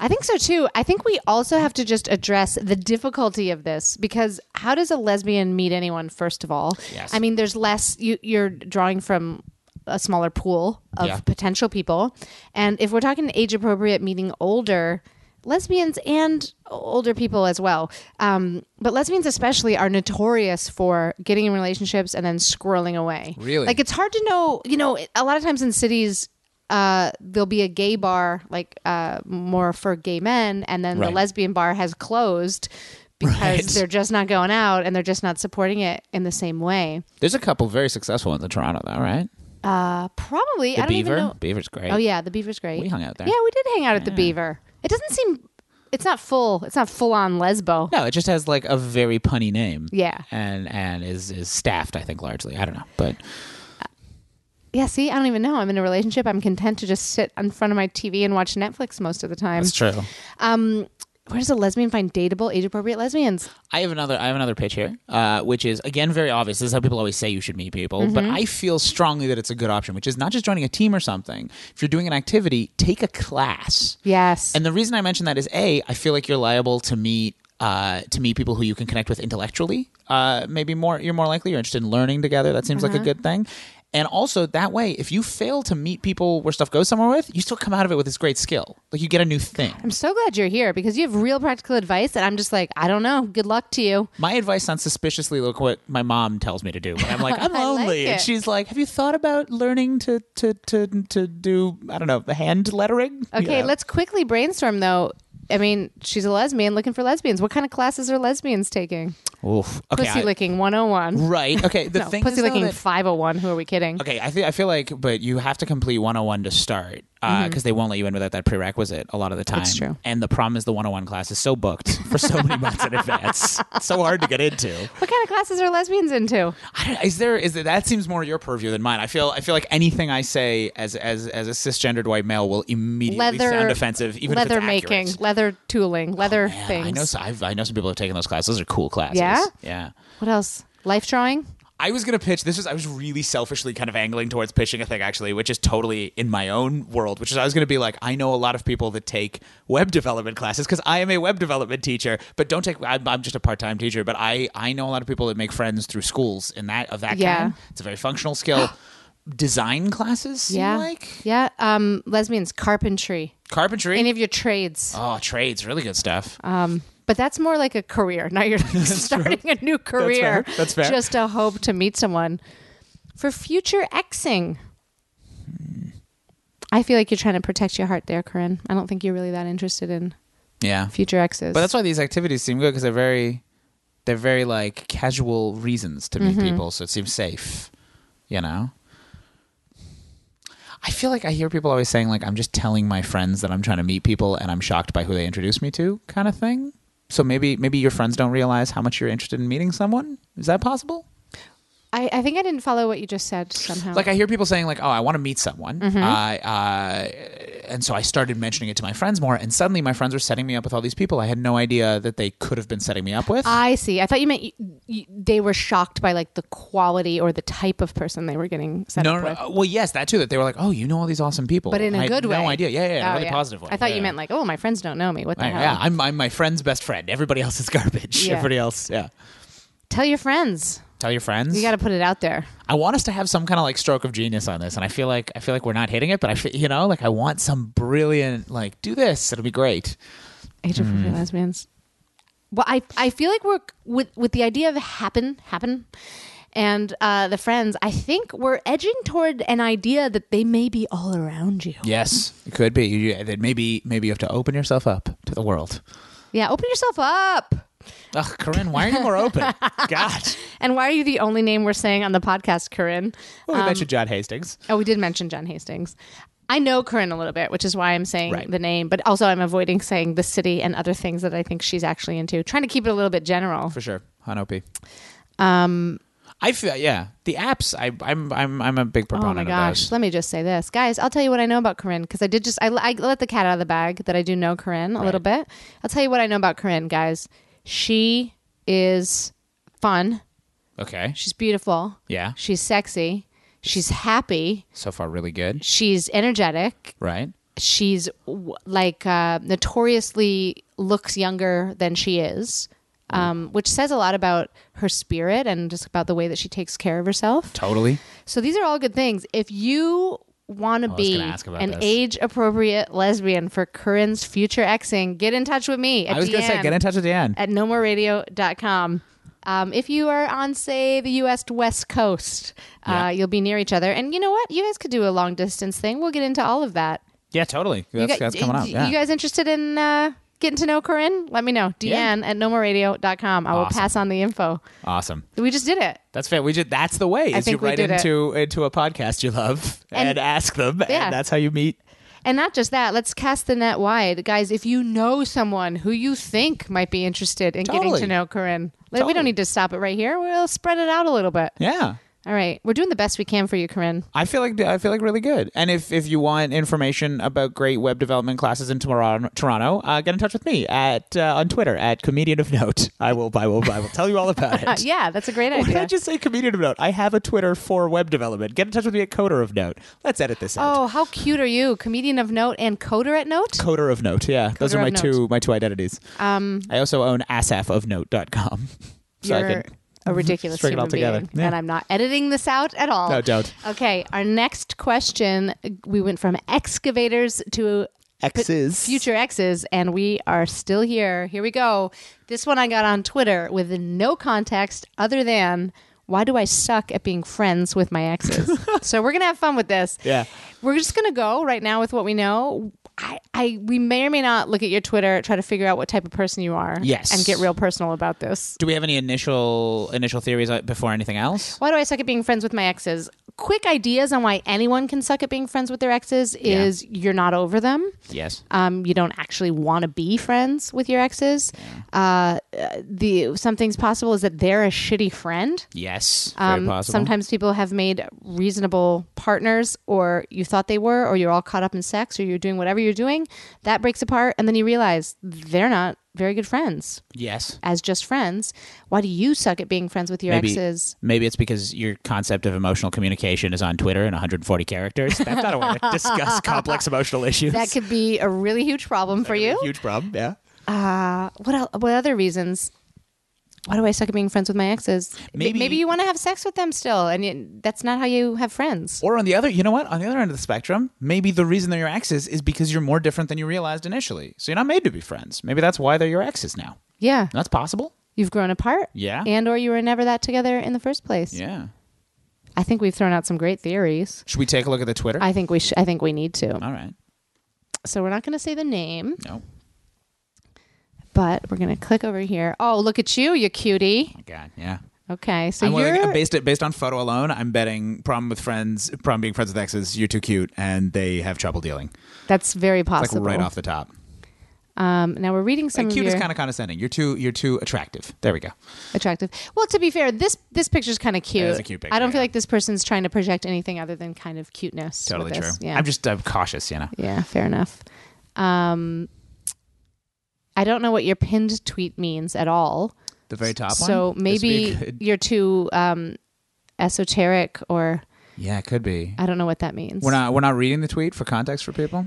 I think so too. I think we also have to just address the difficulty of this because how does a lesbian meet anyone? First of all, Yes. I mean, there's less. You, you're drawing from a smaller pool of Yeah. potential people, and if we're talking age appropriate, meaning older lesbians and older people as well, um, but lesbians especially are notorious for getting in relationships and then squirreling away. Really? like it's hard to know. You know, a lot of times in cities uh, there'll be a gay bar like uh, more for gay men, and then Right. the lesbian bar has closed because Right. they're just not going out and they're just not supporting it in the same way. There's a couple very successful ones in Toronto, though, right? Uh, probably, The I don't Beaver, even know. Beaver's great. Oh yeah, the Beaver's great. We hung out there. Yeah, we did hang out at the Beaver. It doesn't seem. It's not full. It's not full on lesbo. No, it just has like a very punny name. Yeah. And and is is staffed, I think, largely. I don't know. But Yeah, see, I don't even know. I'm in a relationship. I'm content to just sit in front of my TV and watch Netflix most of the time. it's true. Um, where does a lesbian find dateable, age appropriate lesbians? I have another I have another pitch here, uh, which is again very obvious. This is how people always say you should meet people, but I feel strongly that it's a good option, which is not just joining a team or something. If you're doing an activity, take a class. Yes. And the reason I mention that is a, I feel like you're liable to meet uh, to meet people who you can connect with intellectually. Uh, maybe more, you're more likely you're interested in learning together. That seems like a good thing. And also that way, if you fail to meet people where stuff goes somewhere with, you still come out of it with this great skill. Like you get a new thing. I'm so glad you're here because you have real practical advice that I'm just like, I don't know. Good luck to you. My advice sounds suspiciously like what my mom tells me to do. But I'm like, I'm I like lonely, and it. she's like, Have you thought about learning to to to to do I don't know hand lettering? Okay, Yeah. let's quickly brainstorm though. I mean, she's a lesbian looking for lesbians. What kind of classes are lesbians taking? Oof. Okay, Pussy I- licking 101. Right. Okay. The No, thing pussy is, though, licking that- 501. Who are we kidding? Okay, I think I feel like, but you have to complete 101 to start because they won't let you in without that prerequisite a lot of the Mm-hmm. time. That's true. And the problem is the 101 class is so booked for so many months in advance, It's so hard to get into. What kind of classes are lesbians into? I don't, is there is there, that seems more your purview than mine? I feel I feel like anything I say as as as a cisgendered white male will immediately Leather sound offensive, even leather if it's accurate. Oh, making, leather tooling, leather Man, things. I know so- I've, I know some people have taken those classes. Those are cool classes. Yeah? Yeah. What else? Life drawing? I was gonna pitch. This was I was really selfishly kind of angling towards pitching a thing actually, which is totally in my own world. Which is I was gonna be like, I know a lot of people that take web development classes because I am a web development teacher, but don't take. I'm, I'm just a part time teacher, but I I know a lot of people that make friends through schools and that of that Yeah. kind. It's a very functional skill. Design classes, seem Yeah. like Yeah. Um, lesbians, carpentry, carpentry. any of your trades. oh, trades, really good stuff. Um, but that's more like a career. Now you're starting a new career. fair. That's fair. Just a hope to meet someone for future exing. I feel like you're trying to protect your heart there, Corinne. I don't think you're really that interested in yeah, future exes. But that's why these activities seem good because they're very, they're very like casual reasons to meet people, so it seems safe, you know. I feel like I hear people always saying like I'm just telling my friends that I'm trying to meet people, and I'm shocked by who they introduce me to, kind of thing. So maybe maybe your friends don't realize how much you're interested in meeting someone. Is that possible? I, I think I didn't follow what you just said somehow. Like I hear people saying like, "Oh, I want to meet someone," I uh, and so I started mentioning it to my friends more, and suddenly my friends were setting me up with all these people I had no idea that they could have been setting me up with. I see. I thought you meant y y they were shocked by like the quality or the type of person they were getting set no, up no, with. no. Well, yes, that too. That they were like, "Oh, you know all these awesome people," But in a a good way. No idea. Yeah, yeah, yeah in a Oh, really yeah. positive way. I thought Yeah. you meant like, oh, my friends don't know me. What the Like, hell? yeah, I'm, I'm my friend's best friend. Everybody else is garbage. Yeah. Everybody else, yeah. Tell your friends. Tell your friends. You got to put it out there. I want us to have some kind of like stroke of genius on this, and I feel like I feel like we're not hitting it, but I feel, you know, like I want some brilliant like do this. It'll be great. Age of Appropriate lesbians. Well, I I feel like we're with with the idea of happen happen, and uh, the friends. I think we're edging toward an idea that they may be all around you. Yeah, Yes, it could be. You, you- that maybe maybe you have to open yourself up to the world. open yourself up. Ugh, Corinne, why are you more open? God. And why are you the only name we're saying on the podcast, Corinne? Well, we mentioned John Hastings. Oh, we did mention John Hastings. I know Corinne a little bit, which is why I'm saying Right. the name, but also I'm avoiding saying the city and other things that I think she's actually into. Trying to keep it a little bit general. For sure. Hanopi. Um, I feel yeah. The apps. I, I'm I'm I'm a big oh proponent my of gosh, those. let me just say this, guys. I'll tell you what I know about Corinne because I did just I, I let the cat out of the bag that I do know Corinne a little bit. I'll tell you what I know about Corinne, guys. She is fun. Okay. She's beautiful. Yeah. She's sexy. She's happy. So far, really good. She's energetic. Right. she's w- like uh, notoriously looks younger than she is, um, which says a lot about her spirit and just about the way that she takes care of herself. Totally. So these are all good things. If you want to Oh, was be gonna ask about an this. age appropriate lesbian for Corinne's future exing, get in touch with me. At I was gonna say, DN get in touch with Deanne. at nomoreradio.com. Um, if you are on, say, the U.S. West Coast, uh, Yeah. you'll be near each other. And you know what? You guys could do a long distance thing. We'll get into all of that. Yeah, totally. That's, You guys- that's coming up. y- Yeah. You guys interested in uh, getting to know Corinne? Let me know. Yeah. Deanne at nomoreradio.com. I will Awesome. pass on the info. awesome. We just did it. That's fair. We just that's the way. Is think you we write did it. into into a podcast you love and, And- ask them, Yeah. and that's how you meet. And not just that, let's cast the net wide. Guys, if you know someone who you think might be interested in getting Totally. to know Corinne, like, we Totally. don't need to stop it right here. We'll spread it out a little bit. Yeah. All right. We're doing the best we can for you, Corinne. I feel like I feel like really good. And if, if you want information about great web development classes in Toronto, Toronto uh, get in touch with me at uh, on Twitter at comedian of note. I will I will I will tell you all about Uh, it. yeah, that's a great Why did I idea. just say comedian of note? I have a Twitter for web development. Get in touch with me at coder of note. Let's edit this out. Oh, how cute are you? Comedian of note and coder at note? Coder of note. Yeah, those Coder are my of two my two identities. Um, I also own asafofnote.com. so I You're can a ridiculous string it human all together. being, Yeah. and I'm not editing this out at all. No, don't. Okay, our next question. We went from excavators to X's future exes, and we are still here. Here we go. This one I got on Twitter with no context other than. Why do I suck at being friends with my exes? so we're gonna have fun with this. Yeah. we're just gonna go right now with what we know. I, I, we may or may not look at your Twitter, try to figure out what type of person you are, Yes. and get real personal about this. Do we have any initial initial theories uh, before anything else? Why do I suck at being friends with my exes? Quick ideas on why anyone can suck at being friends with their exes is you're not over them. Yes. Um, you don't actually want to be friends with your exes. Uh, uh, the something's possible is that they're a shitty friend. Yes. Um, Very possible. sometimes people have made reasonable partners, or you thought they were, or you're all caught up in sex, or you're doing whatever you're doing. That breaks apart, and then you realize they're not very good friends Yes. as just friends. Why do you suck at being friends with your Maybe- exes? Maybe it's because your concept of emotional communication is on Twitter in 140 characters. That's not a way to discuss complex emotional issues. That could be a really huge problem for you. huge problem. Yeah. Uh, what el- what other reasons? Why do I suck at being friends with my exes? Maybe- maybe you want to have sex with them still, and you, that's not how you have friends. Or on the other, you know what? On the other end of the spectrum, maybe the reason they're your exes is because you're more different than you realized initially. So you're not made to be friends. Maybe that's why they're your exes now. yeah, That's possible. you've grown apart. Yeah. and or you were never that together in the first place. Yeah. I think we've thrown out some great theories. Should we take a look at the Twitter? I think we sh- I think we need to. All right. So we're not going to say the name, No. but we're going to click over here. Oh, look at you, you cutie. God. Yeah. Okay, so I'm you're willing, based based on photo alone, I'm betting problem with friends, problem being friends with exes, you're too cute, and they have trouble dealing. that's very Like possible. right off the top. um, now we're reading some Like of cute is your- kind of condescending. You're too you're too attractive. There we go. attractive. Well, to be fair, this this picture's kind of cute. It is a cute picture, I don't feel yeah. like this person's trying to project anything other than kind of cuteness. Totally with true. this. Yeah. I'm just uh, cautious, you know. yeah, fair enough. Um, I don't know what your pinned tweet means at all. The very top one. so This would be maybe a good- you're too um, esoteric, or yeah, it could be. I don't know what that means. We're not we're not reading the tweet for context for people.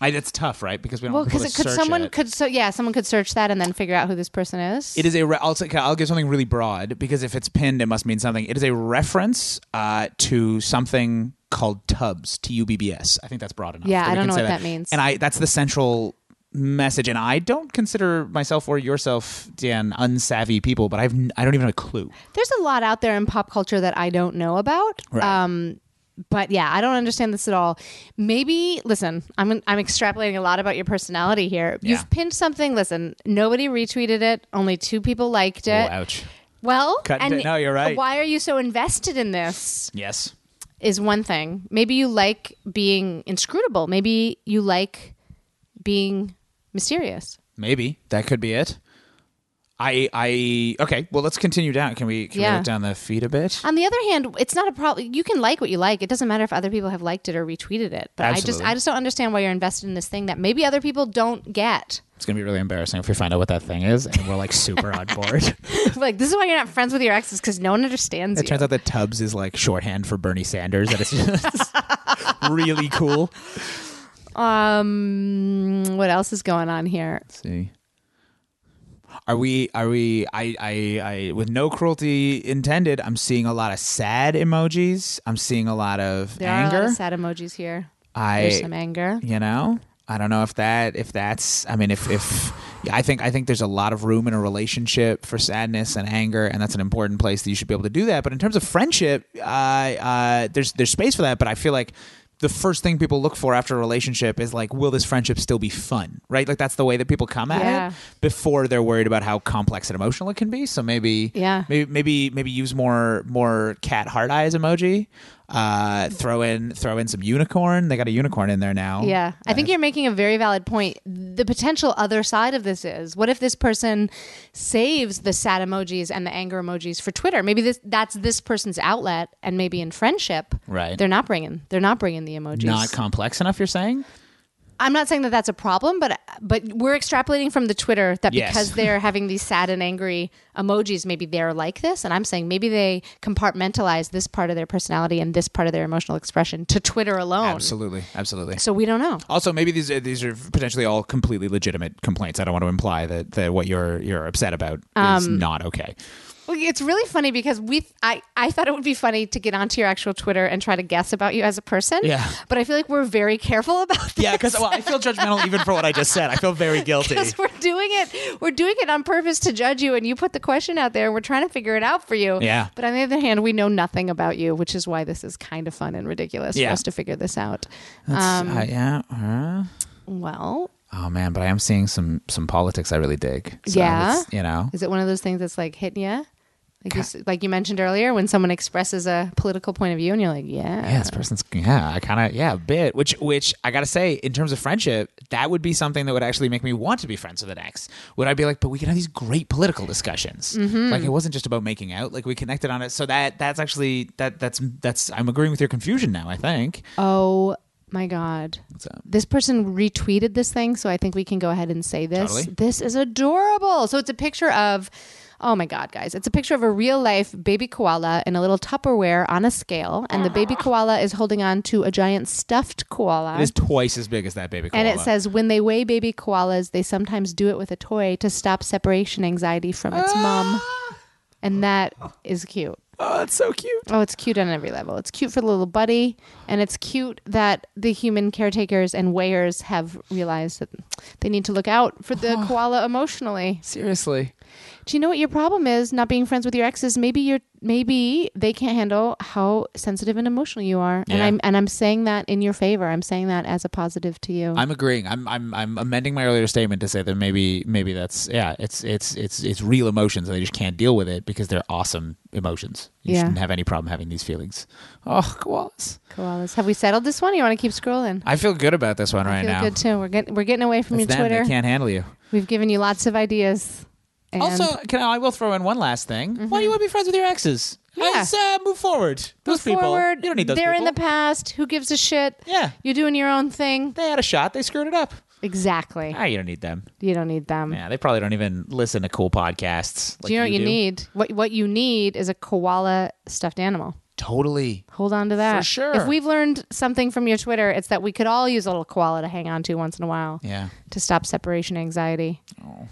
I, it's tough, right? Because we don't Well, because because it could someone could so yeah someone could search that and then figure out who this person is. It is a. Re- I'll, t- I'll give something really broad because if it's pinned, it must mean something. It is a reference uh, to something called Tubbs, T U B B S. I think that's broad enough. Yeah, we I don't can know say what that means. And I that's the central message. And I don't consider myself or yourself, Dan, unsavvy people, but I've n- I don't even have a clue. There's a lot out there in pop culture that I don't know about. Right. Um, But yeah, I don't understand this at all. Maybe listen, I'm I'm extrapolating a lot about your personality here. Yeah. You've pinned something. Listen, nobody retweeted it. Only two people liked it. oh, ouch. Well, Cut and it. No, you're right. Why are you so invested in this? Yes. Is one thing. Maybe you like being inscrutable. Maybe you like being mysterious. Maybe that could be it. I I okay. Well, let's continue down. Can we can Yeah. we look down the feed a bit? On the other hand, it's not a problem. You can like what you like. It doesn't matter if other people have liked it or retweeted it. But I just Absolutely. I just don't understand why you're invested in this thing that maybe other people don't get. It's gonna be really embarrassing if we find out what that thing is, and we're like super on board. it like this is why you're not friends with your exes because no one understands you. turns out that Tubbs is like shorthand for Bernie Sanders, and it's just really cool. Um, what else is going on here? see. Are we? Are we? I, I, I. With no cruelty intended, I'm seeing a lot of sad emojis. I'm seeing a lot of There anger. are a lot of sad emojis here. There's some I, anger. you know, I don't know if that, if that's. I mean, if, if. I think I think there's a lot of room in a relationship for sadness and anger, and that's an important place that you should be able to do that. But in terms of friendship, uh, uh, there's there's space for that. But I feel like the first thing people look for after a relationship is like, will this friendship still be fun? Right? Like that's the way that people come at Yeah. it before they're worried about how complex and emotional it can be. So maybe, Yeah. maybe, maybe, maybe use more more cat heart eyes emoji. Uh, throw in throw in some unicorn. They got a unicorn in there now. Yeah. I think you're making a very valid point. The potential other side of this is what if this person saves the sad emojis and the anger emojis for Twitter? Maybe this that's this person's outlet and maybe in friendship, Right. They're not bringing they're not bringing the emojis. Not complex enough, you're saying? I'm not saying that that's a problem, but but we're extrapolating from the Twitter that Yes. because they're having these sad and angry emojis, maybe they're like this. And I'm saying maybe they compartmentalize this part of their personality and this part of their emotional expression to Twitter alone. Absolutely, absolutely. So we don't know. Also, maybe these are, these are potentially all completely legitimate complaints. I don't want to imply that, that what you're you're upset about is Um, not okay. Well, it's really funny because we I, I thought it would be funny to get onto your actual Twitter and try to guess about you as a person. Yeah. But I feel like we're very careful about this. Yeah, because well, I feel judgmental even for what I just said. I feel very guilty. Because we're doing it, we're doing it on purpose to judge you, and you put the question out there. and We're trying to figure it out for you. Yeah. But on the other hand, we know nothing about you, which is why this is kind of fun and ridiculous for Yeah. us to figure this out. um, Uh, yeah. uh. Well, Oh man, but I am seeing some some politics I really dig. So Yeah? it's, you know. is it one of those things that's like hitting you? Like you, s- like you mentioned earlier, when someone expresses a political point of view, and you're like, Yeah, this person's yeah, I kind of yeah, a bit. Which which I gotta say, in terms of friendship, that would be something that would actually make me want to be friends with an ex. Would I be like, but we could have these great political discussions. Mm-hmm. Like it wasn't just about making out. Like we connected on it. So that that's actually that that's that's I'm agreeing with your confusion now. I think. Oh my God. up? This person retweeted this thing, so I think we can go ahead and say this. Totally. This is adorable. So it's a picture of, oh my God, guys, it's a picture of a real life baby koala in a little Tupperware on a scale, and the baby koala is holding on to a giant stuffed koala. It is twice as big as that baby. and it koala. says, when they weigh baby koalas, they sometimes do it with a toy to stop separation anxiety from its Ah. mom. And that is cute. "Oh, that's so cute." Oh, it's cute on every level. It's cute for the little buddy, and it's cute that the human caretakers and weighers have realized that they need to look out for the koala emotionally. Seriously. Do you know what your problem is? Not being friends with your exes. Maybe you're maybe they can't handle how sensitive and emotional you are. And Yeah. I'm and I'm saying that in your favor. I'm saying that as a positive to you. I'm agreeing. I'm I'm I'm amending my earlier statement to say that maybe maybe that's yeah, it's it's it's it's real emotions and they just can't deal with it because they're awesome emotions. You Yeah. shouldn't have any problem having these feelings. Oh, koalas. Koalas. Have we settled this one? Or you want to keep scrolling? I feel good about this one I right feel now. good too. We're getting we're getting away from it's your them. Twitter. They can't handle you. We've given you lots of ideas. And Mm-hmm. also, can I, I will throw in one last thing. Why do you want to be friends with your exes? Yeah. Let's uh, move forward. Those people. forward. You don't need those They're in people. the past. Who gives a shit? Yeah. You're doing your own thing. They had a shot. They screwed it up. Exactly. Ah, you don't need them. You don't need them. Yeah, they probably don't even listen to cool podcasts. Like do you know what you do. need? What what you need is a koala stuffed animal. Totally. Hold on to that. sure. If we've learned something from your Twitter, it's that we could all use a little koala to hang on to once in a while Yeah. Oh. to stop separation anxiety.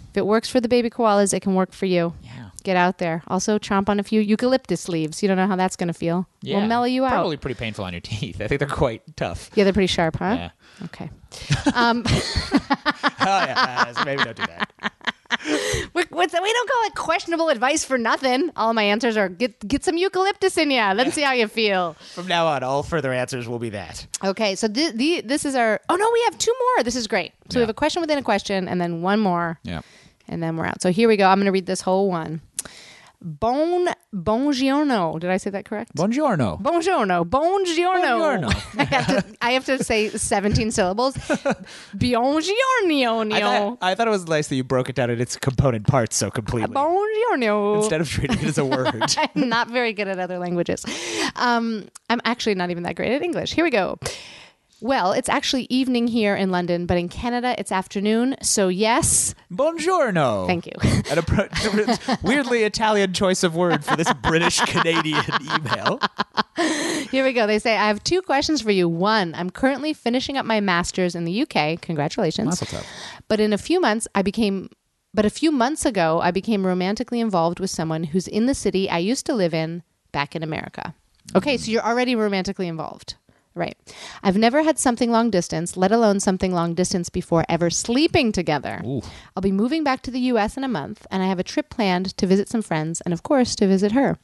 If it works for the baby koalas, it can work for you. Yeah. Get out there. Also, chomp on a few eucalyptus leaves. You don't know how that's going to feel. We'll mellow you out. Probably pretty painful on your teeth. I think they're quite tough. Yeah, they're pretty sharp, huh? Yeah. Okay. oh yeah. uh, so maybe don't do that. We, what's, we don't call it questionable advice for nothing. All my answers are get get some eucalyptus in ya. Let's see how you feel. From now on, all further answers will be that. Okay, so thi- the, this is our. Oh no, we have two more. This is great. So we Yeah. have a question within a question, and then one more. Yeah. and then we're out. So here we go. I'm going to read this whole one. Bon Bongiorno. Did I say that correct? Buongiorno. Bongiorno. Bongiorno. Buongiorno. I have to. I have to say 17 syllables. I thought, Bongiorno. I thought it was nice that you broke it down in its component parts so completely Bongiorno. instead of treating it as a word. I'm not very good at other languages. Um, I'm actually not even that great at English. Here we go. Well, it's actually evening here in London, but in Canada it's afternoon. So yes, Buongiorno. thank you. An appro- weirdly Italian choice of word for this British Canadian email. Here we go. They say, I have two questions for you. One, I'm currently finishing up my master's in the UK. Congratulations. But in a few months, I became. But a few months ago, I became romantically involved with someone who's in the city I used to live in back in America. Okay, so you're already romantically involved. Right. I've never had something long distance, let alone something long distance before ever sleeping together. I'll be moving back to the US in a month, and I have a trip planned to visit some friends and, of course, to visit her.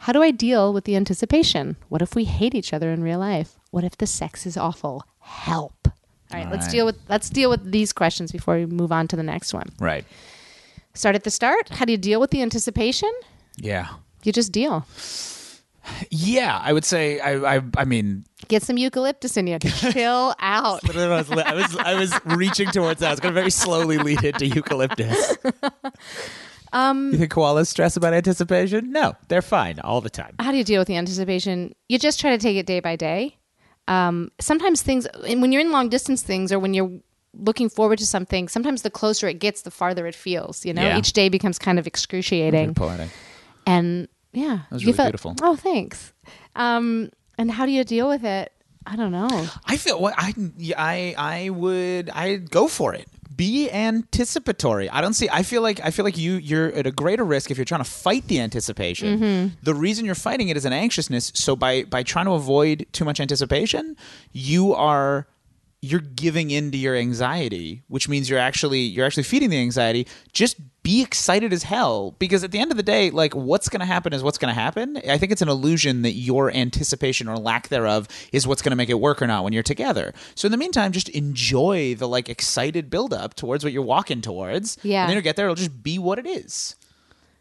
How do I deal with the anticipation? What if we hate each other in real life? What if the sex is awful? Help. All right, let's right. deal with let's deal with these questions before we move on to the next one. Right. Start at the start. How do you deal with the anticipation? Yeah. You just deal. Yeah, I would say I I, I mean Get some eucalyptus in you. Chill out. But then I was, I was I was reaching towards that. I was going to very slowly lead into eucalyptus. Um, you think koalas stress about anticipation? No, they're fine all the time. how do you deal with the anticipation? You just try to take it day by day. Um, sometimes things, and when you're in long distance things or when you're looking forward to something, sometimes the closer it gets, the farther it feels. You know, Yeah. each day becomes kind of excruciating. poetic. And yeah, that was really beautiful. Oh, thanks. Um, and how do you deal with it? I don't know. I feel what I I I would I go for it. Be anticipatory. I don't see. I feel like I feel like you you're at a greater risk if you're trying to fight the anticipation. The reason you're fighting it is an anxiousness. So by by trying to avoid too much anticipation, you are you're giving in to your anxiety, which means you're actually you're actually feeding the anxiety. Just be excited as hell because at the end of the day, like what's going to happen is what's going to happen. I think it's an illusion that your anticipation or lack thereof is what's going to make it work or not when you're together. So in the meantime, just enjoy the like excited buildup towards what you're walking towards. Yeah. and then you get there, it'll just be what it is.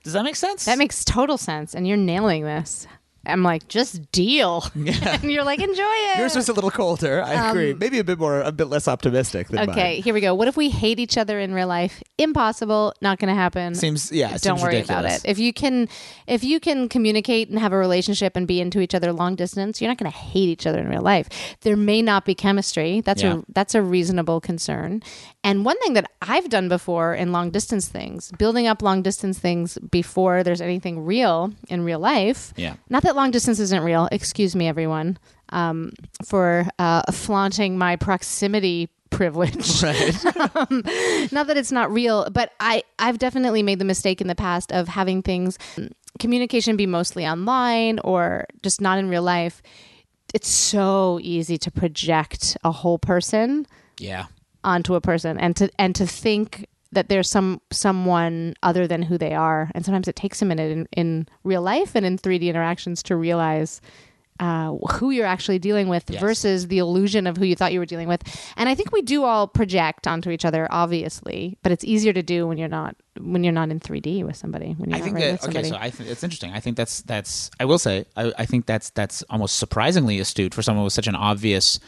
Does that make sense? That makes total sense. And you're nailing this. I'm like, just deal. and you're like, enjoy it. Yours was a little colder. I agree. Maybe a bit more, a bit less optimistic than Um, Okay, mine. here we go. What if we hate each other in real life? Impossible. Not going to happen. Seems- yeah, it Don't seems worry about ridiculous. it. If you can, if you can communicate and have a relationship and be into each other long distance, you're not going to hate each other in real life. There may not be chemistry. That's Yeah. a that's a reasonable concern. And one thing that I've done before in long distance things, building up long distance things before there's anything real in real life. Yeah. Not that long distance isn't real. Excuse me, everyone, um, for uh, flaunting my proximity privilege. not that it's not real, but I I've definitely made the mistake in the past of having things communication be mostly online or just not in real life. It's so easy to project a whole person yeah. onto a person and to and to think that there's some someone other than who they are and sometimes it takes a minute in, in real life and in 3d interactions to realize uh, who you're actually dealing with versus the illusion of who you thought you were dealing with and i think we do all project onto each other obviously but it's easier to do when you're not when you're not in 3d with somebody when you're I not think right with that okay. somebody So I think it's interesting. I think that's that's. I will say. I, I think that's that's almost surprisingly astute for someone with such an obvious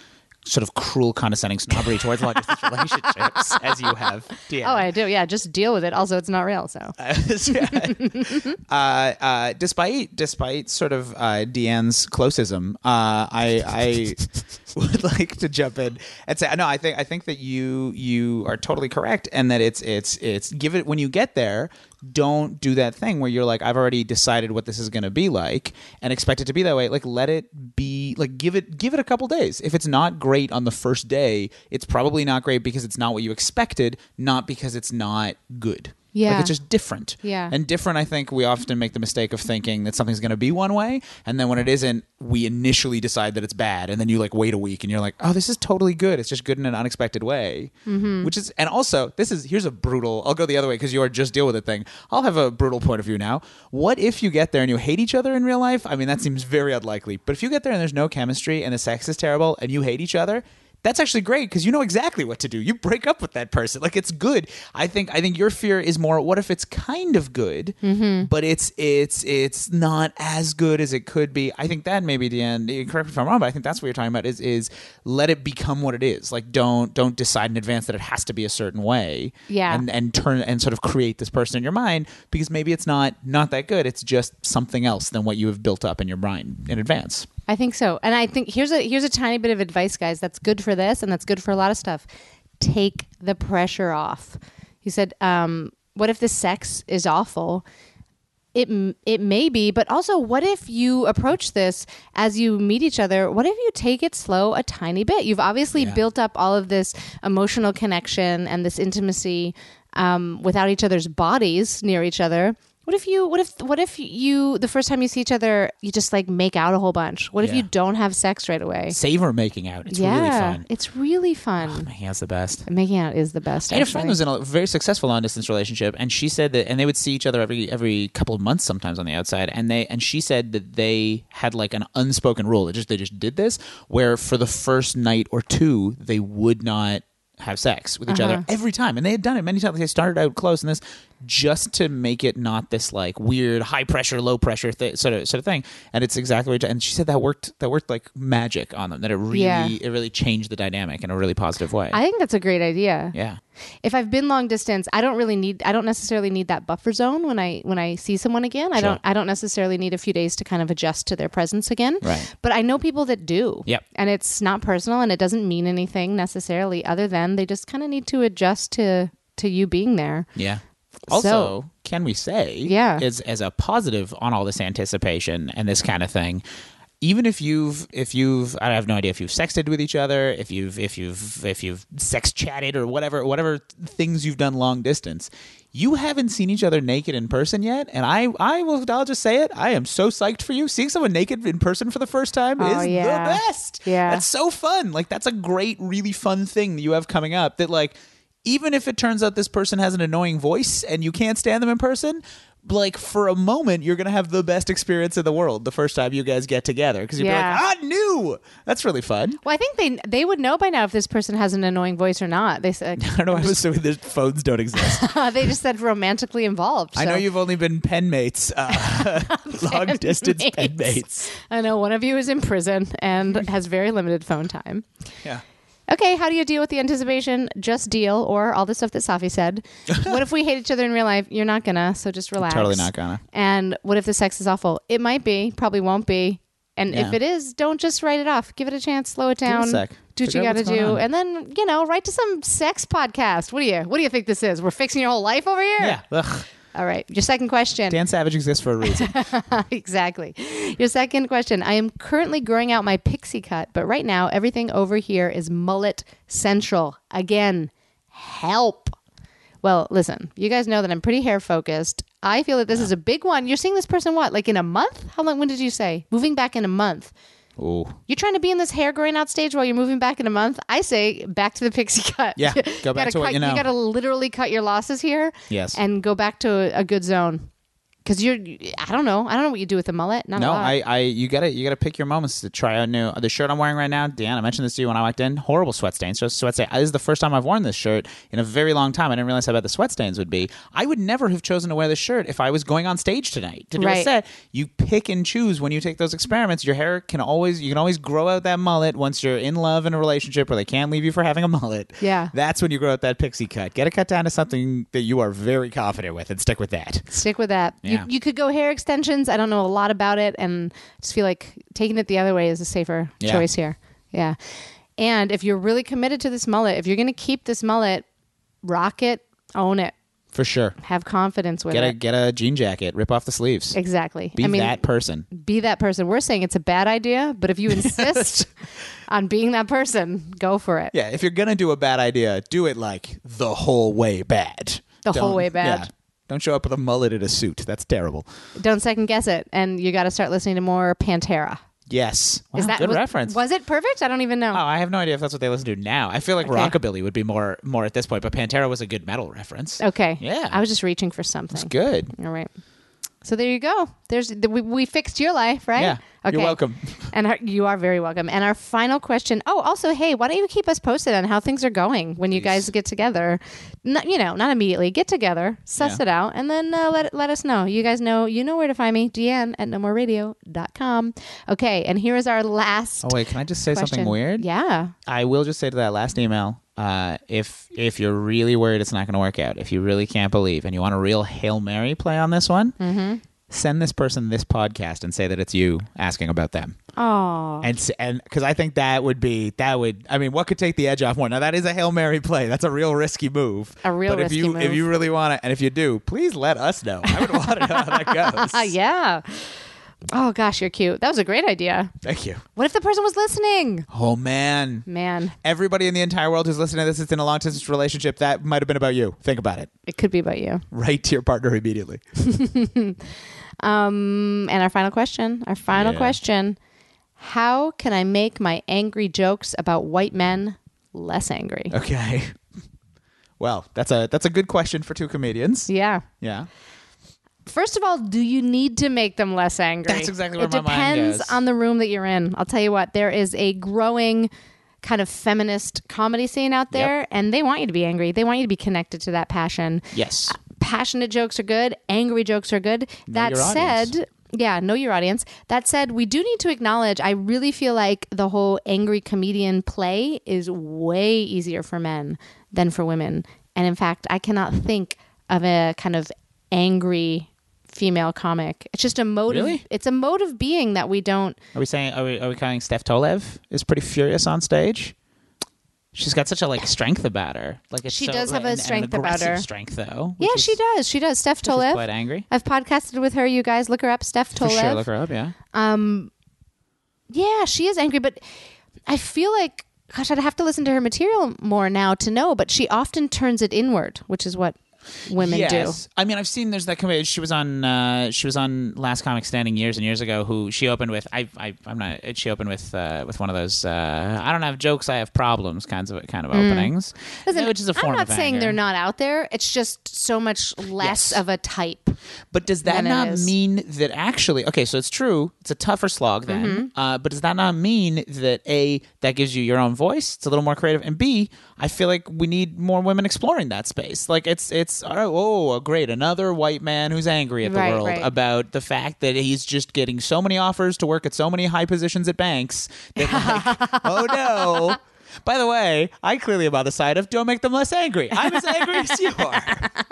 sort of cruel, condescending snobbery towards long distance relationships as you have. Deanna. oh i do yeah just deal with it also it's not real so uh, uh, despite despite sort of uh, Deanne's closism, uh, I I would like to jump in and say no. I think I think that you you are totally correct, and that it's it's it's give it when you get there. Don't do that thing where you're like, I've already decided what this is going to be like, and expect it to be that way. Like, let it be. Like, give it give it a couple days. If it's not great on the first day, it's probably not great because it's not what you expected, not because it's not good. Yeah. Like it's just different. Yeah. And different, I think we often make the mistake of thinking that something's going to be one way. And then when it isn't, we initially decide that it's bad. And then you like wait a week and you're like, oh, this is totally good. It's just good in an unexpected way. Mm-hmm. Which is, and also, this is, here's a brutal, I'll go the other way because you are just deal with it thing. I'll have a brutal point of view now. What if you get there and you hate each other in real life? I mean, that seems very unlikely. But if you get there and there's no chemistry and the sex is terrible and you hate each other, that's actually great because you know exactly what to do. You break up with that person. Like it's good. I think I think your fear is more what if it's kind of good, Mm-hmm. but it's it's it's not as good as it could be. I think that maybe the end. Correct me if I'm wrong, but I think that's what you're talking about is is let it become what it is. Like don't don't decide in advance that it has to be a certain way. Yeah. And and turn and sort of create this person in your mind because maybe it's not not that good. It's just something else than what you have built up in your mind in advance. I think so. And I think here's a here's a tiny bit of advice, guys. That's good for this, and that's good for a lot of stuff. Take the pressure off. He said, um, "What if the sex is awful? It m- it may be, but also, what if you approach this as you meet each other? What if you take it slow a tiny bit? You've obviously built up all of this emotional connection and this intimacy um, without each other's bodies near each other." What if you what if what if you the first time you see each other you just like make out a whole bunch? What if Yeah. you don't have sex right away? Savor making out. It's yeah, really fun. it's really fun. Making out's the best. Making out is the best. I had a actually. friend who was in a very successful long distance relationship, and she said that, and they would see each other every every couple of months, sometimes on the outside, and they and she said that they had like an unspoken rule. It just they just did this, where for the first night or two, they would not have sex with each Uh-huh. other every time, and they had done it many times. They started out close, and this just to make it not this like weird high pressure, low pressure th- sort of sort of thing. And it's exactly what. And she said that worked that worked like magic on them. That it really Yeah. it really changed the dynamic in a really positive way. I think that's a great idea. yeah. If I've been long distance, I don't really need I don't necessarily need that buffer zone when I when I see someone again. I don't I don't necessarily need a few days to kind of adjust to their presence again. Right. But I know people that do. Yep. And it's not personal and it doesn't mean anything necessarily other than they just kind of need to adjust to to you being there. Yeah. So- Also, can we say, Yeah. as as a positive on all this anticipation and this kind of thing, even if you've if you've I have no idea if you've sexted with each other, if you've if you've if you've sex chatted or whatever whatever things you've done long distance, you haven't seen each other naked in person yet, and I I will I'll just say it, I am so psyched for you. Seeing someone naked in person for the first time Oh, is yeah. the best. Yeah. That's so fun. Like that's a great, really fun thing that you have coming up. That like, even if it turns out this person has an annoying voice and you can't stand them in person, like for a moment you're gonna have the best experience in the world the first time you guys get together because you'll Yeah. be like, I knew. That's really fun. Well, I think they they would know by now if this person has an annoying voice or not. They said I don't know. I'm assuming their phones don't exist. they just said romantically involved. I know so- you've only been pen mates, uh, long distance pen mates. I know one of you is in prison and has very limited phone time. Yeah. Okay, how do you deal with the anticipation? Just deal, or all the stuff that Safi said. what if we hate each other in real life? You're not gonna, so just relax. Totally not gonna. And what if the sex is awful? It might be, probably won't be. And if Yeah. it is, don't just write it off. Give it a chance. Slow it down. sec. Do what you Figure out gotta what's going do, on. and then you know, write to some sex podcast. What do you? What do you think this is? We're fixing your whole life over here. Yeah. Ugh. All right. Your second question. Dan Savage exists for a reason. exactly. Your second question. I am currently growing out my pixie cut, but right now everything over here is mullet central. Again, help. Well, listen, you guys know that I'm pretty hair focused. I feel that this is a big one. You're seeing this person what? Like in a month? How long when did you say? Moving back in a month. Ooh. You're trying to be in this hair growing out stage while you're moving back in a month. I say back to the pixie cut. Yeah, go You back gotta to what cut- you know. gotta literally cut your losses here. Yes. and go back to a, a good zone because you're. I don't know. I don't know what you do with a mullet. Not a No, lot. I, I, you gotta, you gotta pick your moments to try out new. The shirt I'm wearing right now, Dan, I mentioned this to you when I walked in. Horrible sweat stains. So sweat stain. This is the first time I've worn this shirt in a very long time. I didn't realize how bad the sweat stains would be. I would never have chosen to wear this shirt if I was going on stage tonight to do Right. a set. You pick and choose when you take those experiments. Your hair can always, you can always grow out that mullet once you're in love in a relationship where they can't leave you for having a mullet. Yeah. that's when you grow out that pixie cut. Get it cut down to something that you are very confident with, and stick with that. Stick with that. Yeah. You, you could go hair extensions. I don't know a lot about it, and I just feel like taking it the other way is a safer Yeah. choice here. Yeah. And if you're really committed to this mullet, if you're going to keep this mullet, rock it, own it, For sure. have confidence with Get a it. get a jean jacket. Rip off the sleeves. Exactly. Be I mean, that person. be that person. We're saying it's a bad idea, but if you insist on being that person, go for it. Yeah, if you're gonna do a bad idea, do it like the whole way bad. The whole way bad. Don't show up with a mullet and a suit. That's terrible. Don't second guess it, and you got to start listening to more Pantera. Yes. Is that good was, reference. Was it perfect? I don't even know. Oh, I have no idea if that's what they listen to now. I feel like rockabilly would be more more at this point, but Pantera was a good metal reference. Okay. Oh. Yeah. I was just reaching for something. It's good. All right. So there you go. There's th- we, we fixed your life, right? Yeah. Okay. You're welcome. And our, you are very welcome. And our final question. Oh, also, hey, why don't you keep us posted on how things are going when you guys get together? Not, you know, not immediately. Get together, suss Yeah. it out, and then uh, let let us know. You guys know you know where to find me. Deanne at nomoreradio.com. Okay. And here is our last Oh wait, can I just say question. something weird? Yeah. I will just say to that last email, uh, if if you're really worried it's not going to work out, if you really can't believe, and you want a real hail mary play on this one, Mm-hmm. send this person this podcast and say that it's you asking about them, Oh. and s- and because I think that would be that would I mean what could take the edge off more? Now that is a hail mary play. That's a real risky move. A real but if risky you move. if you really want to, and if you do, please let us know. I would want to know how that goes. Ah, yeah. Oh gosh, you're cute. That was a great idea. Thank you. What if the person was listening? Oh man. Man, Everybody in the entire world who's listening to this is in a long distance relationship. That might have been about you. Think about it. it could be about you. Write to your partner immediately. Um, and our final question, our final Yeah. question: How can I make my angry jokes about white men less angry? Okay. Well, that's a that's a good question for two comedians. Yeah. Yeah. First of all, do you need to make them less angry? That's exactly where it my mind depends goes. on the room that you're in. I'll tell you what, there is a growing kind of feminist comedy scene out there, and they want you to be angry. They want you to be connected to that passion. Yes. passionate jokes are good, angry jokes are good. that your audience. said, yeah, know your audience. That said, we do need to acknowledge I really feel like the whole angry comedian play is way easier for men than for women. And in fact, I cannot think of a kind of angry female comic. It's just a mode of, Really? it's a mode of being that we don't Are we saying are we are we calling Steph Tolev is pretty furious on stage? She's got such a like strength about her. Like it's She so- does have a and- and an strength about aggressive her. Strength though. Yeah, which is- she does. She does. Steph which is Tolev. Quite angry. I've podcasted with her. You guys look her up, Steph Tolev. For sure, look her up. Yeah. Um, Yeah, she is angry, but I feel like gosh, I'd have to listen to her material more now to know, but she often turns it inward, which is what women yes. I mean, I've seen there's that comedian. She was on uh, she was on Last Comic Standing years and years ago. Who she opened with? I, I I'm not. She opened with uh, with one of those. Uh, I don't have jokes. I have problems. Kinds of kind of openings. do. Mm. Listen, which is a form I'm not of anger. saying they're not out there. It's just so much less Yes. of a type. But does that than it not is. mean that actually? Okay, so it's true. It's a tougher slog then. Mm-hmm. Uh, but does that not mean that a that gives you your own voice? It's a little more creative. And b, I feel like we need more women exploring that space. Like it's it's oh, oh great another white man who's angry at the Right, world right. about the fact that he's just getting so many offers to work at so many high positions at banks that like oh no. By the way, I clearly am on the side of don't make them less angry. I'm as angry as you are.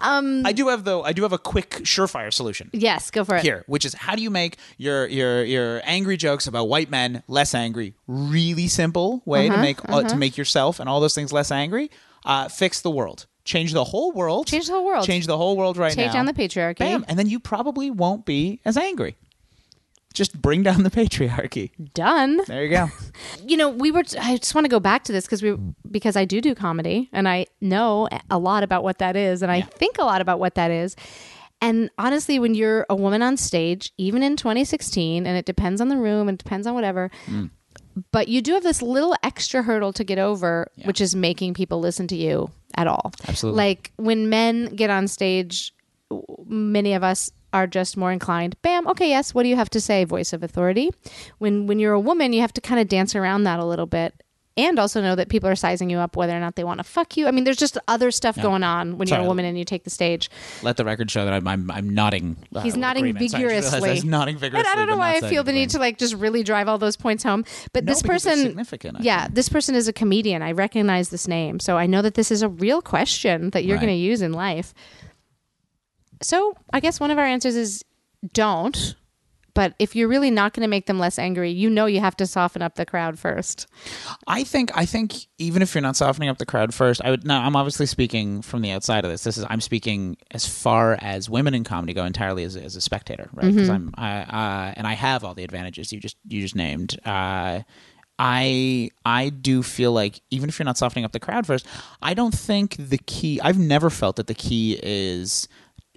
Um, I do have though. I do have a quick, surefire solution Yes, go for it. here, which is how do you make your your your angry jokes about white men less angry? Really simple way Uh-huh, to make uh, to make yourself and all those things less angry. Uh, fix the world. Change the whole world. Change the whole world. Change the whole world right Take now. down the patriarchy. Bam, and then you probably won't be as angry. Just bring down the patriarchy. Done. There you go. you know, we were. I just want to go back to this because we because I do do comedy and I know a lot about what that is, and I think a lot about what that is. And honestly, when you're a woman on stage, even in 2016, and it depends on the room and it depends on whatever, but you do have this little extra hurdle to get over, which is making people listen to you at all. Absolutely. Like when men get on stage, w- many of us are just more inclined. Bam. Okay. Yes. What do you have to say? Voice of authority. When when you're a woman, you have to kind of dance around that a little bit. And also know that people are sizing you up, whether or not they want to fuck you. I mean, there's just other stuff going on when you're Sorry. a woman and you take the stage. Let the record show that I'm I'm, I'm nodding. uh, He's with nodding agreement. Sorry, I just realized I was vigorously. nodding And vigorously. I don't but know why not I saying feel the need anything. to like just really drive all those points home. But No, this because it's person, significant, I yeah, this person is a comedian. I recognize this name, so I know that this is a real question that you're Right. going to use in life. So I guess one of our answers is don't. But if you're really not going to make them less angry, you know you have to soften up the crowd first. I think I think even if you're not softening up the crowd first, I would now I'm obviously speaking from the outside of this. This is I'm speaking as far as women in comedy go entirely as, as a spectator, right? Because I'm I, uh, and I have all the advantages you just you just named. Uh, I I do feel like even if you're not softening up the crowd first, I don't think the key. I've never felt that the key is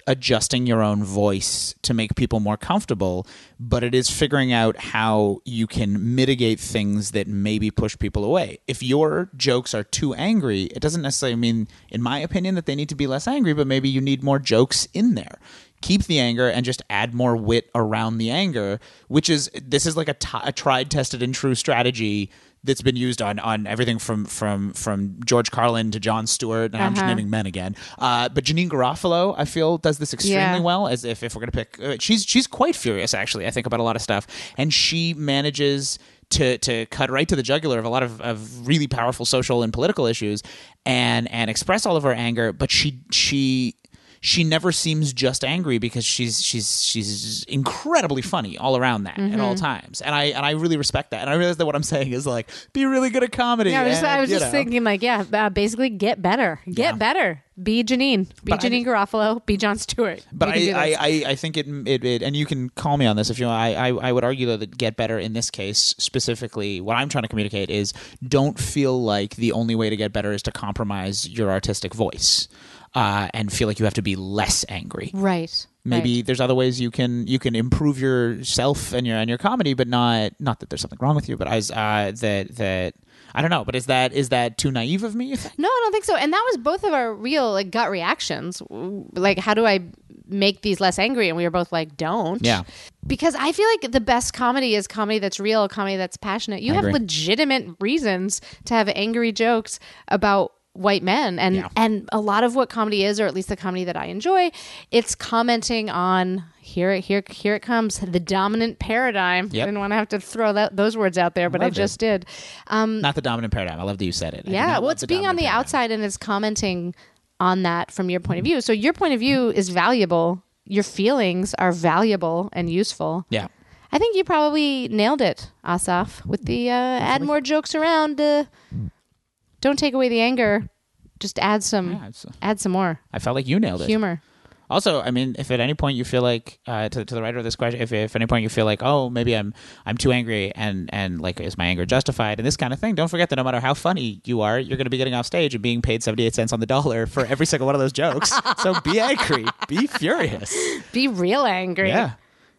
adjusting your own voice to make people more comfortable, but it is figuring out how you can mitigate things that maybe push people away. If your jokes are too angry, it doesn't necessarily mean, in my opinion, that they need to be less angry, but maybe you need more jokes in there. Keep the anger and just add more wit around the anger, which is this is like a, t- a tried, tested, and true strategy that's been used on on everything from from from George Carlin to John Stewart, and I'm just Uh-huh. naming men again. Uh, but Janine Garofalo, I feel, does this extremely Yeah. well. As if if we're gonna pick, uh, she's she's quite furious actually. I think about a lot of stuff, and she manages. To, to cut right to the jugular of a lot of, of really powerful social and political issues and and express all of her anger but she she she never seems just angry because she's she's she's incredibly funny all around that at Mm-hmm. all times, and I and I really respect that. And I realize that what I'm saying is like be really good at comedy. Yeah, I was just, and, I was you just know. thinking, like, yeah, uh, basically get better. Get better. Be Janine. Be But I- Janine Garofalo. Be John Stewart. But You I, can do I, this. I, I think it, it it and you can call me on this if you want. I, I I would argue though that get better in this case specifically. What I'm trying to communicate is don't feel like the only way to get better is to compromise your artistic voice, uh, and feel like you have to be less angry. right. maybe right. there's other ways you can you can improve yourself and your and your comedy but not not that there's something wrong with you but i was, uh that that i don't know but is that is that too naive of me you think? No, I don't think so. And that was both of our real like gut reactions. W- Like, how do I make these less angry? And we were both like, don't. Yeah. Because I feel like the best comedy is comedy that's real, comedy that's passionate. You have agree. legitimate reasons to have angry jokes about white men and Yeah. and a lot of what comedy is or at least the comedy that I enjoy it's commenting on here it here here it comes the dominant paradigm Yep. I didn't want to have to throw that, those words out there but I Loved it. just did Um, not the dominant paradigm i love that you said it I do Mm. yeah, not well, love it's being on dominant the paradigm. outside and it's commenting on that from your point of view. So your point of view is valuable. Your feelings are valuable and useful. yeah I think you probably nailed it, Asaf, with the uh, add more jokes around. Uh, don't take away the anger. Just add some, Yeah, it's- add some more i felt like you nailed it humor. Also, I mean, if at any point you feel like uh, to, to the writer of this question, if, if at any point you feel like, oh, maybe I'm I'm too angry and and like is my anger justified and this kind of thing, don't forget that no matter how funny you are, you're going to be getting off stage and being paid seventy eight cents on the dollar for every single one of those jokes. so be angry, be furious. Be real angry. Yeah,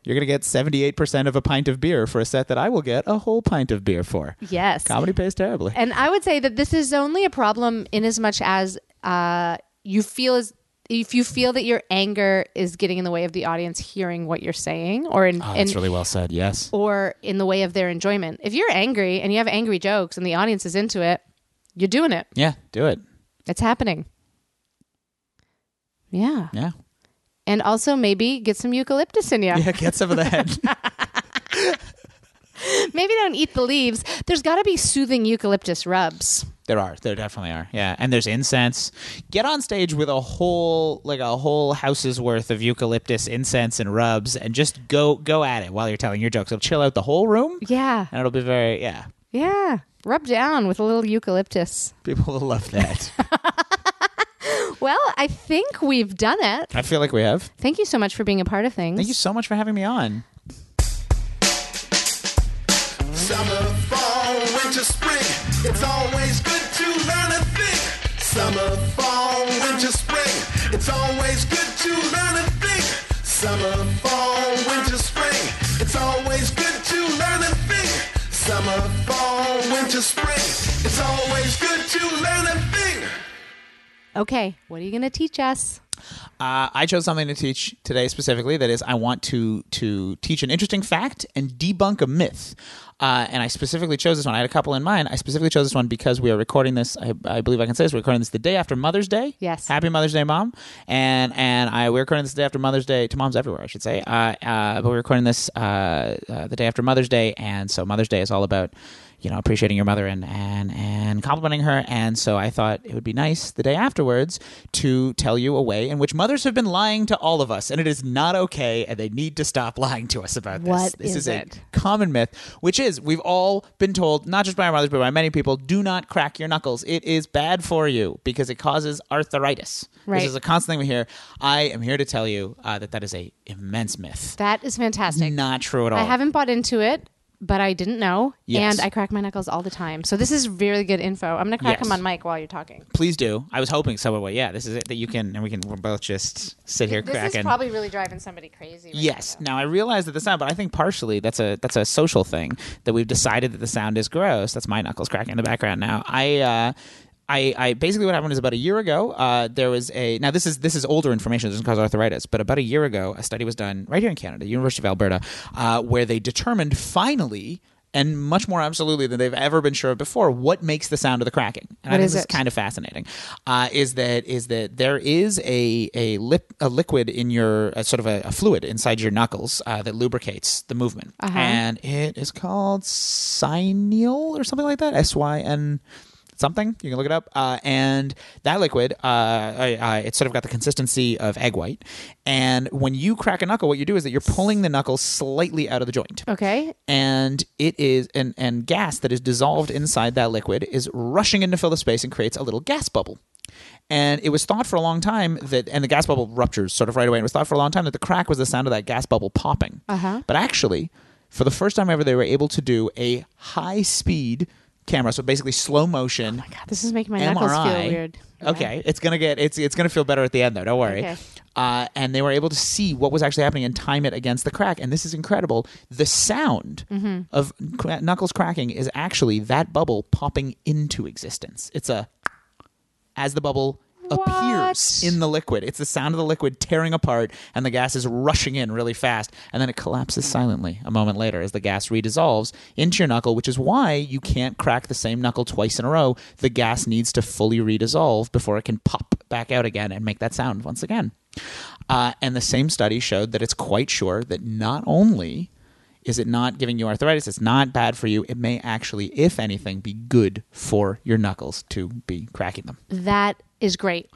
you're going to get seventy eight percent of a pint of beer for a set that I will get a whole pint of beer for. Yes. Comedy pays terribly. And I would say that this is only a problem in as much as uh, you feel as if you feel that your anger is getting in the way of the audience hearing what you're saying, or in, Oh, in that's really well said. Yes. or in the way of their enjoyment. If you're angry and you have angry jokes and the audience is into it, you're doing it. Yeah. Do it. It's happening. Yeah. Yeah. And also maybe get some eucalyptus in you. Yeah. Get some of that. Maybe don't eat the leaves. There's got to be soothing eucalyptus rubs. There are. There definitely are. Yeah. And there's incense. Get on stage with a whole like a whole house's worth of eucalyptus incense and rubs and just go go at it while you're telling your jokes. It'll chill out the whole room Yeah. and it'll be very yeah. Yeah. Rub down with a little eucalyptus. People will love that. Well, I think we've done it. I feel like we have. Thank you so much for being a part of things. Thank you so much for having me on. Summer, fall, winter, spring. It's always good to learn a thing. Summer, fall, winter, spring. It's always good to learn a thing. Summer, fall, winter, spring. It's always good to learn a thing. Summer, fall, winter, spring. It's always good to learn a thing. Okay, what are you going to teach us? Uh, I chose something to teach today specifically. That is, I want to to teach an interesting fact and debunk a myth. Uh, and I specifically chose this one. I had a couple in mind. I specifically chose this one because we are recording this. I, I believe I can say this. We're recording this the day after Mother's Day. Yes. Happy Mother's Day, Mom. And and I we're recording this the day after Mother's Day to moms everywhere, I should say. Uh, uh, but we're recording this uh, uh, the day after Mother's Day, and so Mother's Day is all about you know appreciating your mother and and and complimenting her. And so I thought it would be nice the day afterwards to tell you a way in which mothers have been lying to all of us, and it is not okay, and they need to stop lying to us about this. What this is is, a it? common myth, which is we've all been told, not just by our mothers, but by many people, do not crack your knuckles. It is bad for you because it causes arthritis. Right. This is a constant thing we hear. I am here to tell you uh, that that is a immense myth. That is fantastic. Not true at all. I haven't bought into it. but I didn't know. Yes. And I crack my knuckles all the time. So this is really good info. I'm going to crack Yes. them on mic while you're talking. Please do. I was hoping someone would. Yeah, this is it that you can, and we can we're both just sit here This cracking. is probably really driving somebody crazy. right Yes. now. Now I realize that the sound, but I think partially that's a that's a social thing that we've decided that the sound is gross. That's my knuckles cracking in the background now. I. Uh, I, I basically what happened is about a year ago uh, there was a now this is this is older information it doesn't cause arthritis but about a year ago a study was done right here in Canada University of Alberta uh, where they determined finally and much more absolutely than they've ever been sure of before what makes the sound of the cracking and I What think is this it? kind kind of fascinating uh, is that is that there is a a, lip, a liquid in your a sort of a, a fluid inside your knuckles uh, that lubricates the movement, and it is called syneal or something like that. S Y N something you can look it up uh, and that liquid uh, I, I, it's sort of got the consistency of egg white and when you crack a knuckle what you do is that you're pulling the knuckle slightly out of the joint Okay. and it is and and gas that is dissolved inside that liquid is rushing in to fill the space and creates a little gas bubble and it was thought for a long time that and the gas bubble ruptures sort of right away and it was thought for a long time that the crack was the sound of that gas bubble popping uh-huh. but actually for the first time ever they were able to do a high speed camera so basically slow motion God, this is making Oh my MRI. knuckles feel weird. Okay, it's gonna get it's it's gonna feel better at the end though. Don't worry. Okay. Uh, and they were able to see what was actually happening and time it against the crack. And this is incredible. The sound of cra- knuckles cracking is actually that bubble popping into existence. It's a as the bubble appears What? in the liquid. It's the sound of the liquid tearing apart and the gas is rushing in really fast and then it collapses silently a moment later as the gas redissolves into your knuckle, which is why you can't crack the same knuckle twice in a row. The gas needs to fully redissolve before it can pop back out again and make that sound once again. Uh, and the same study showed that it's quite sure that not only is it not giving you arthritis? It's not bad for you. It may actually, if anything, be good for your knuckles to be cracking them. That is great.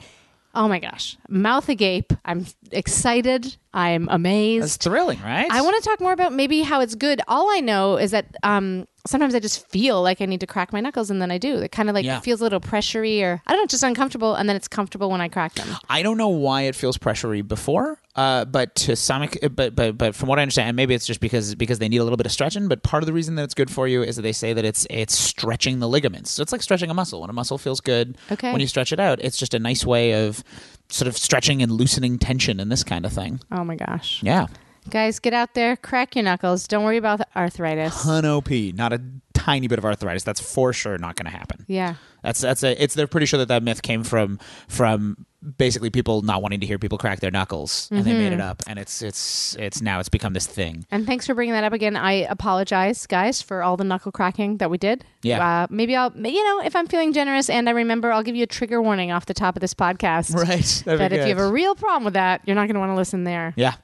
Oh my gosh. Mouth agape. I'm excited. I'm amazed. It's thrilling, right? I want to talk more about maybe how it's good. All I know is that um, sometimes I just feel like I need to crack my knuckles, and then I do. It kind of like Yeah. feels a little pressury, or I don't know, just uncomfortable, and then it's comfortable when I crack them. I don't know why it feels pressury before, uh, but to some, ex- uh, but but but from what I understand, and maybe it's just because because they need a little bit of stretching. But part of the reason that it's good for you is that they say that it's it's stretching the ligaments. So it's like stretching a muscle. When a muscle feels good, Okay. when you stretch it out, it's just a nice way of sort of stretching and loosening tension and this kind of thing. Oh my gosh, Yeah, guys, get out there, crack your knuckles. Don't worry about the arthritis. ton op, not a tiny bit of arthritis. That's for sure not going to happen. Yeah. That's that's a it's they're pretty sure that that myth came from from basically people not wanting to hear people crack their knuckles and they made Mm-hmm. it up and it's it's it's now it's become this thing. And thanks for bringing that up again. I apologize, guys, for all the knuckle cracking that we did. Yeah. Uh, maybe I'll, may- you know, if I'm feeling generous and I remember, I'll give you a trigger warning off the top of this podcast. Right. That if you have a real problem with that, you're not going to want to listen there. Yeah.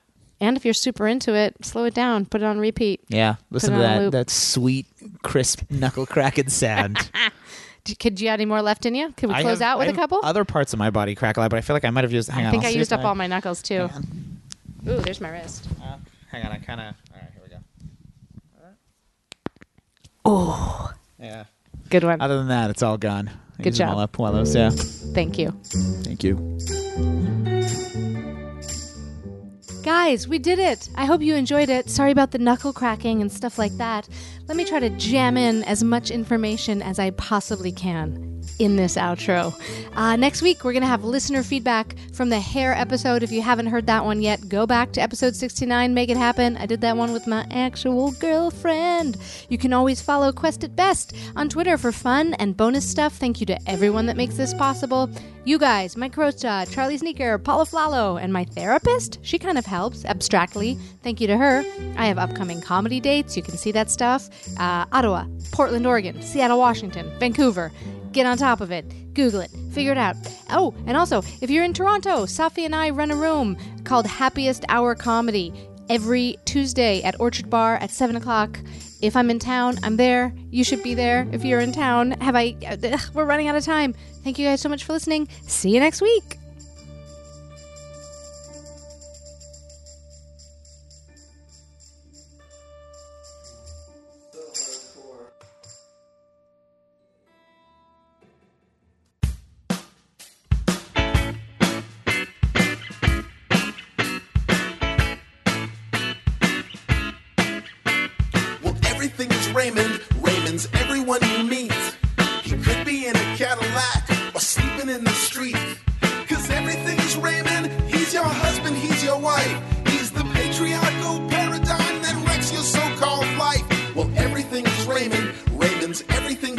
And if you're super into it, slow it down, put it on repeat. Yeah. Listen it to on a that loop. that sweet crisp knuckle cracking sound. D- Could you have any more left in you? Could we I close have- out with I a have couple? Other parts of my body crackle out, but I feel like I might have used hang on. I think I'll I see used if up all my knuckles too. Hang Ooh, there's my wrist. on. Hang on, I kind of All right, here we go. Oh. Yeah. Good one. Other than that, it's all gone. I Good used them job. All up while I was, yeah. Thank you. Thank you. Guys, we did it. I hope you enjoyed it. Sorry about the knuckle cracking and stuff like that. Let me try to jam in as much information as I possibly can in this outro. Uh, next week, we're going to have listener feedback from the hair episode. If you haven't heard that one yet, go back to episode 69, make it happen. I did that one with my actual girlfriend. You can always follow Quest at Best on Twitter for fun and bonus stuff. Thank you to everyone that makes this possible. You guys, Mike Rocha, Charlie Sneaker, Paula Flalo, and my therapist. She kind of helps abstractly. Thank you to her. I have upcoming comedy dates. You can see that stuff. Uh, Ottawa, Portland, Oregon, Seattle, Washington, Vancouver. Get on top of it. Google it. Figure it out. Oh, and also, if you're in Toronto, Safi and I run a room called Happiest Hour Comedy every Tuesday at Orchard Bar at 7 o'clock. If I'm in town, I'm there. You should be there. If you're in town, have I? uh, Ugh, we're running out of time. Thank you guys so much for listening. See you next week. Well, everything is friends, everyone you meet. He could be in a Cadillac or sleeping in the street. Cause everything is Raymond. He's your husband, he's your wife. He's the patriarchal paradigm that wrecks your so called life. Well, everything is Raymond. Raymond's everything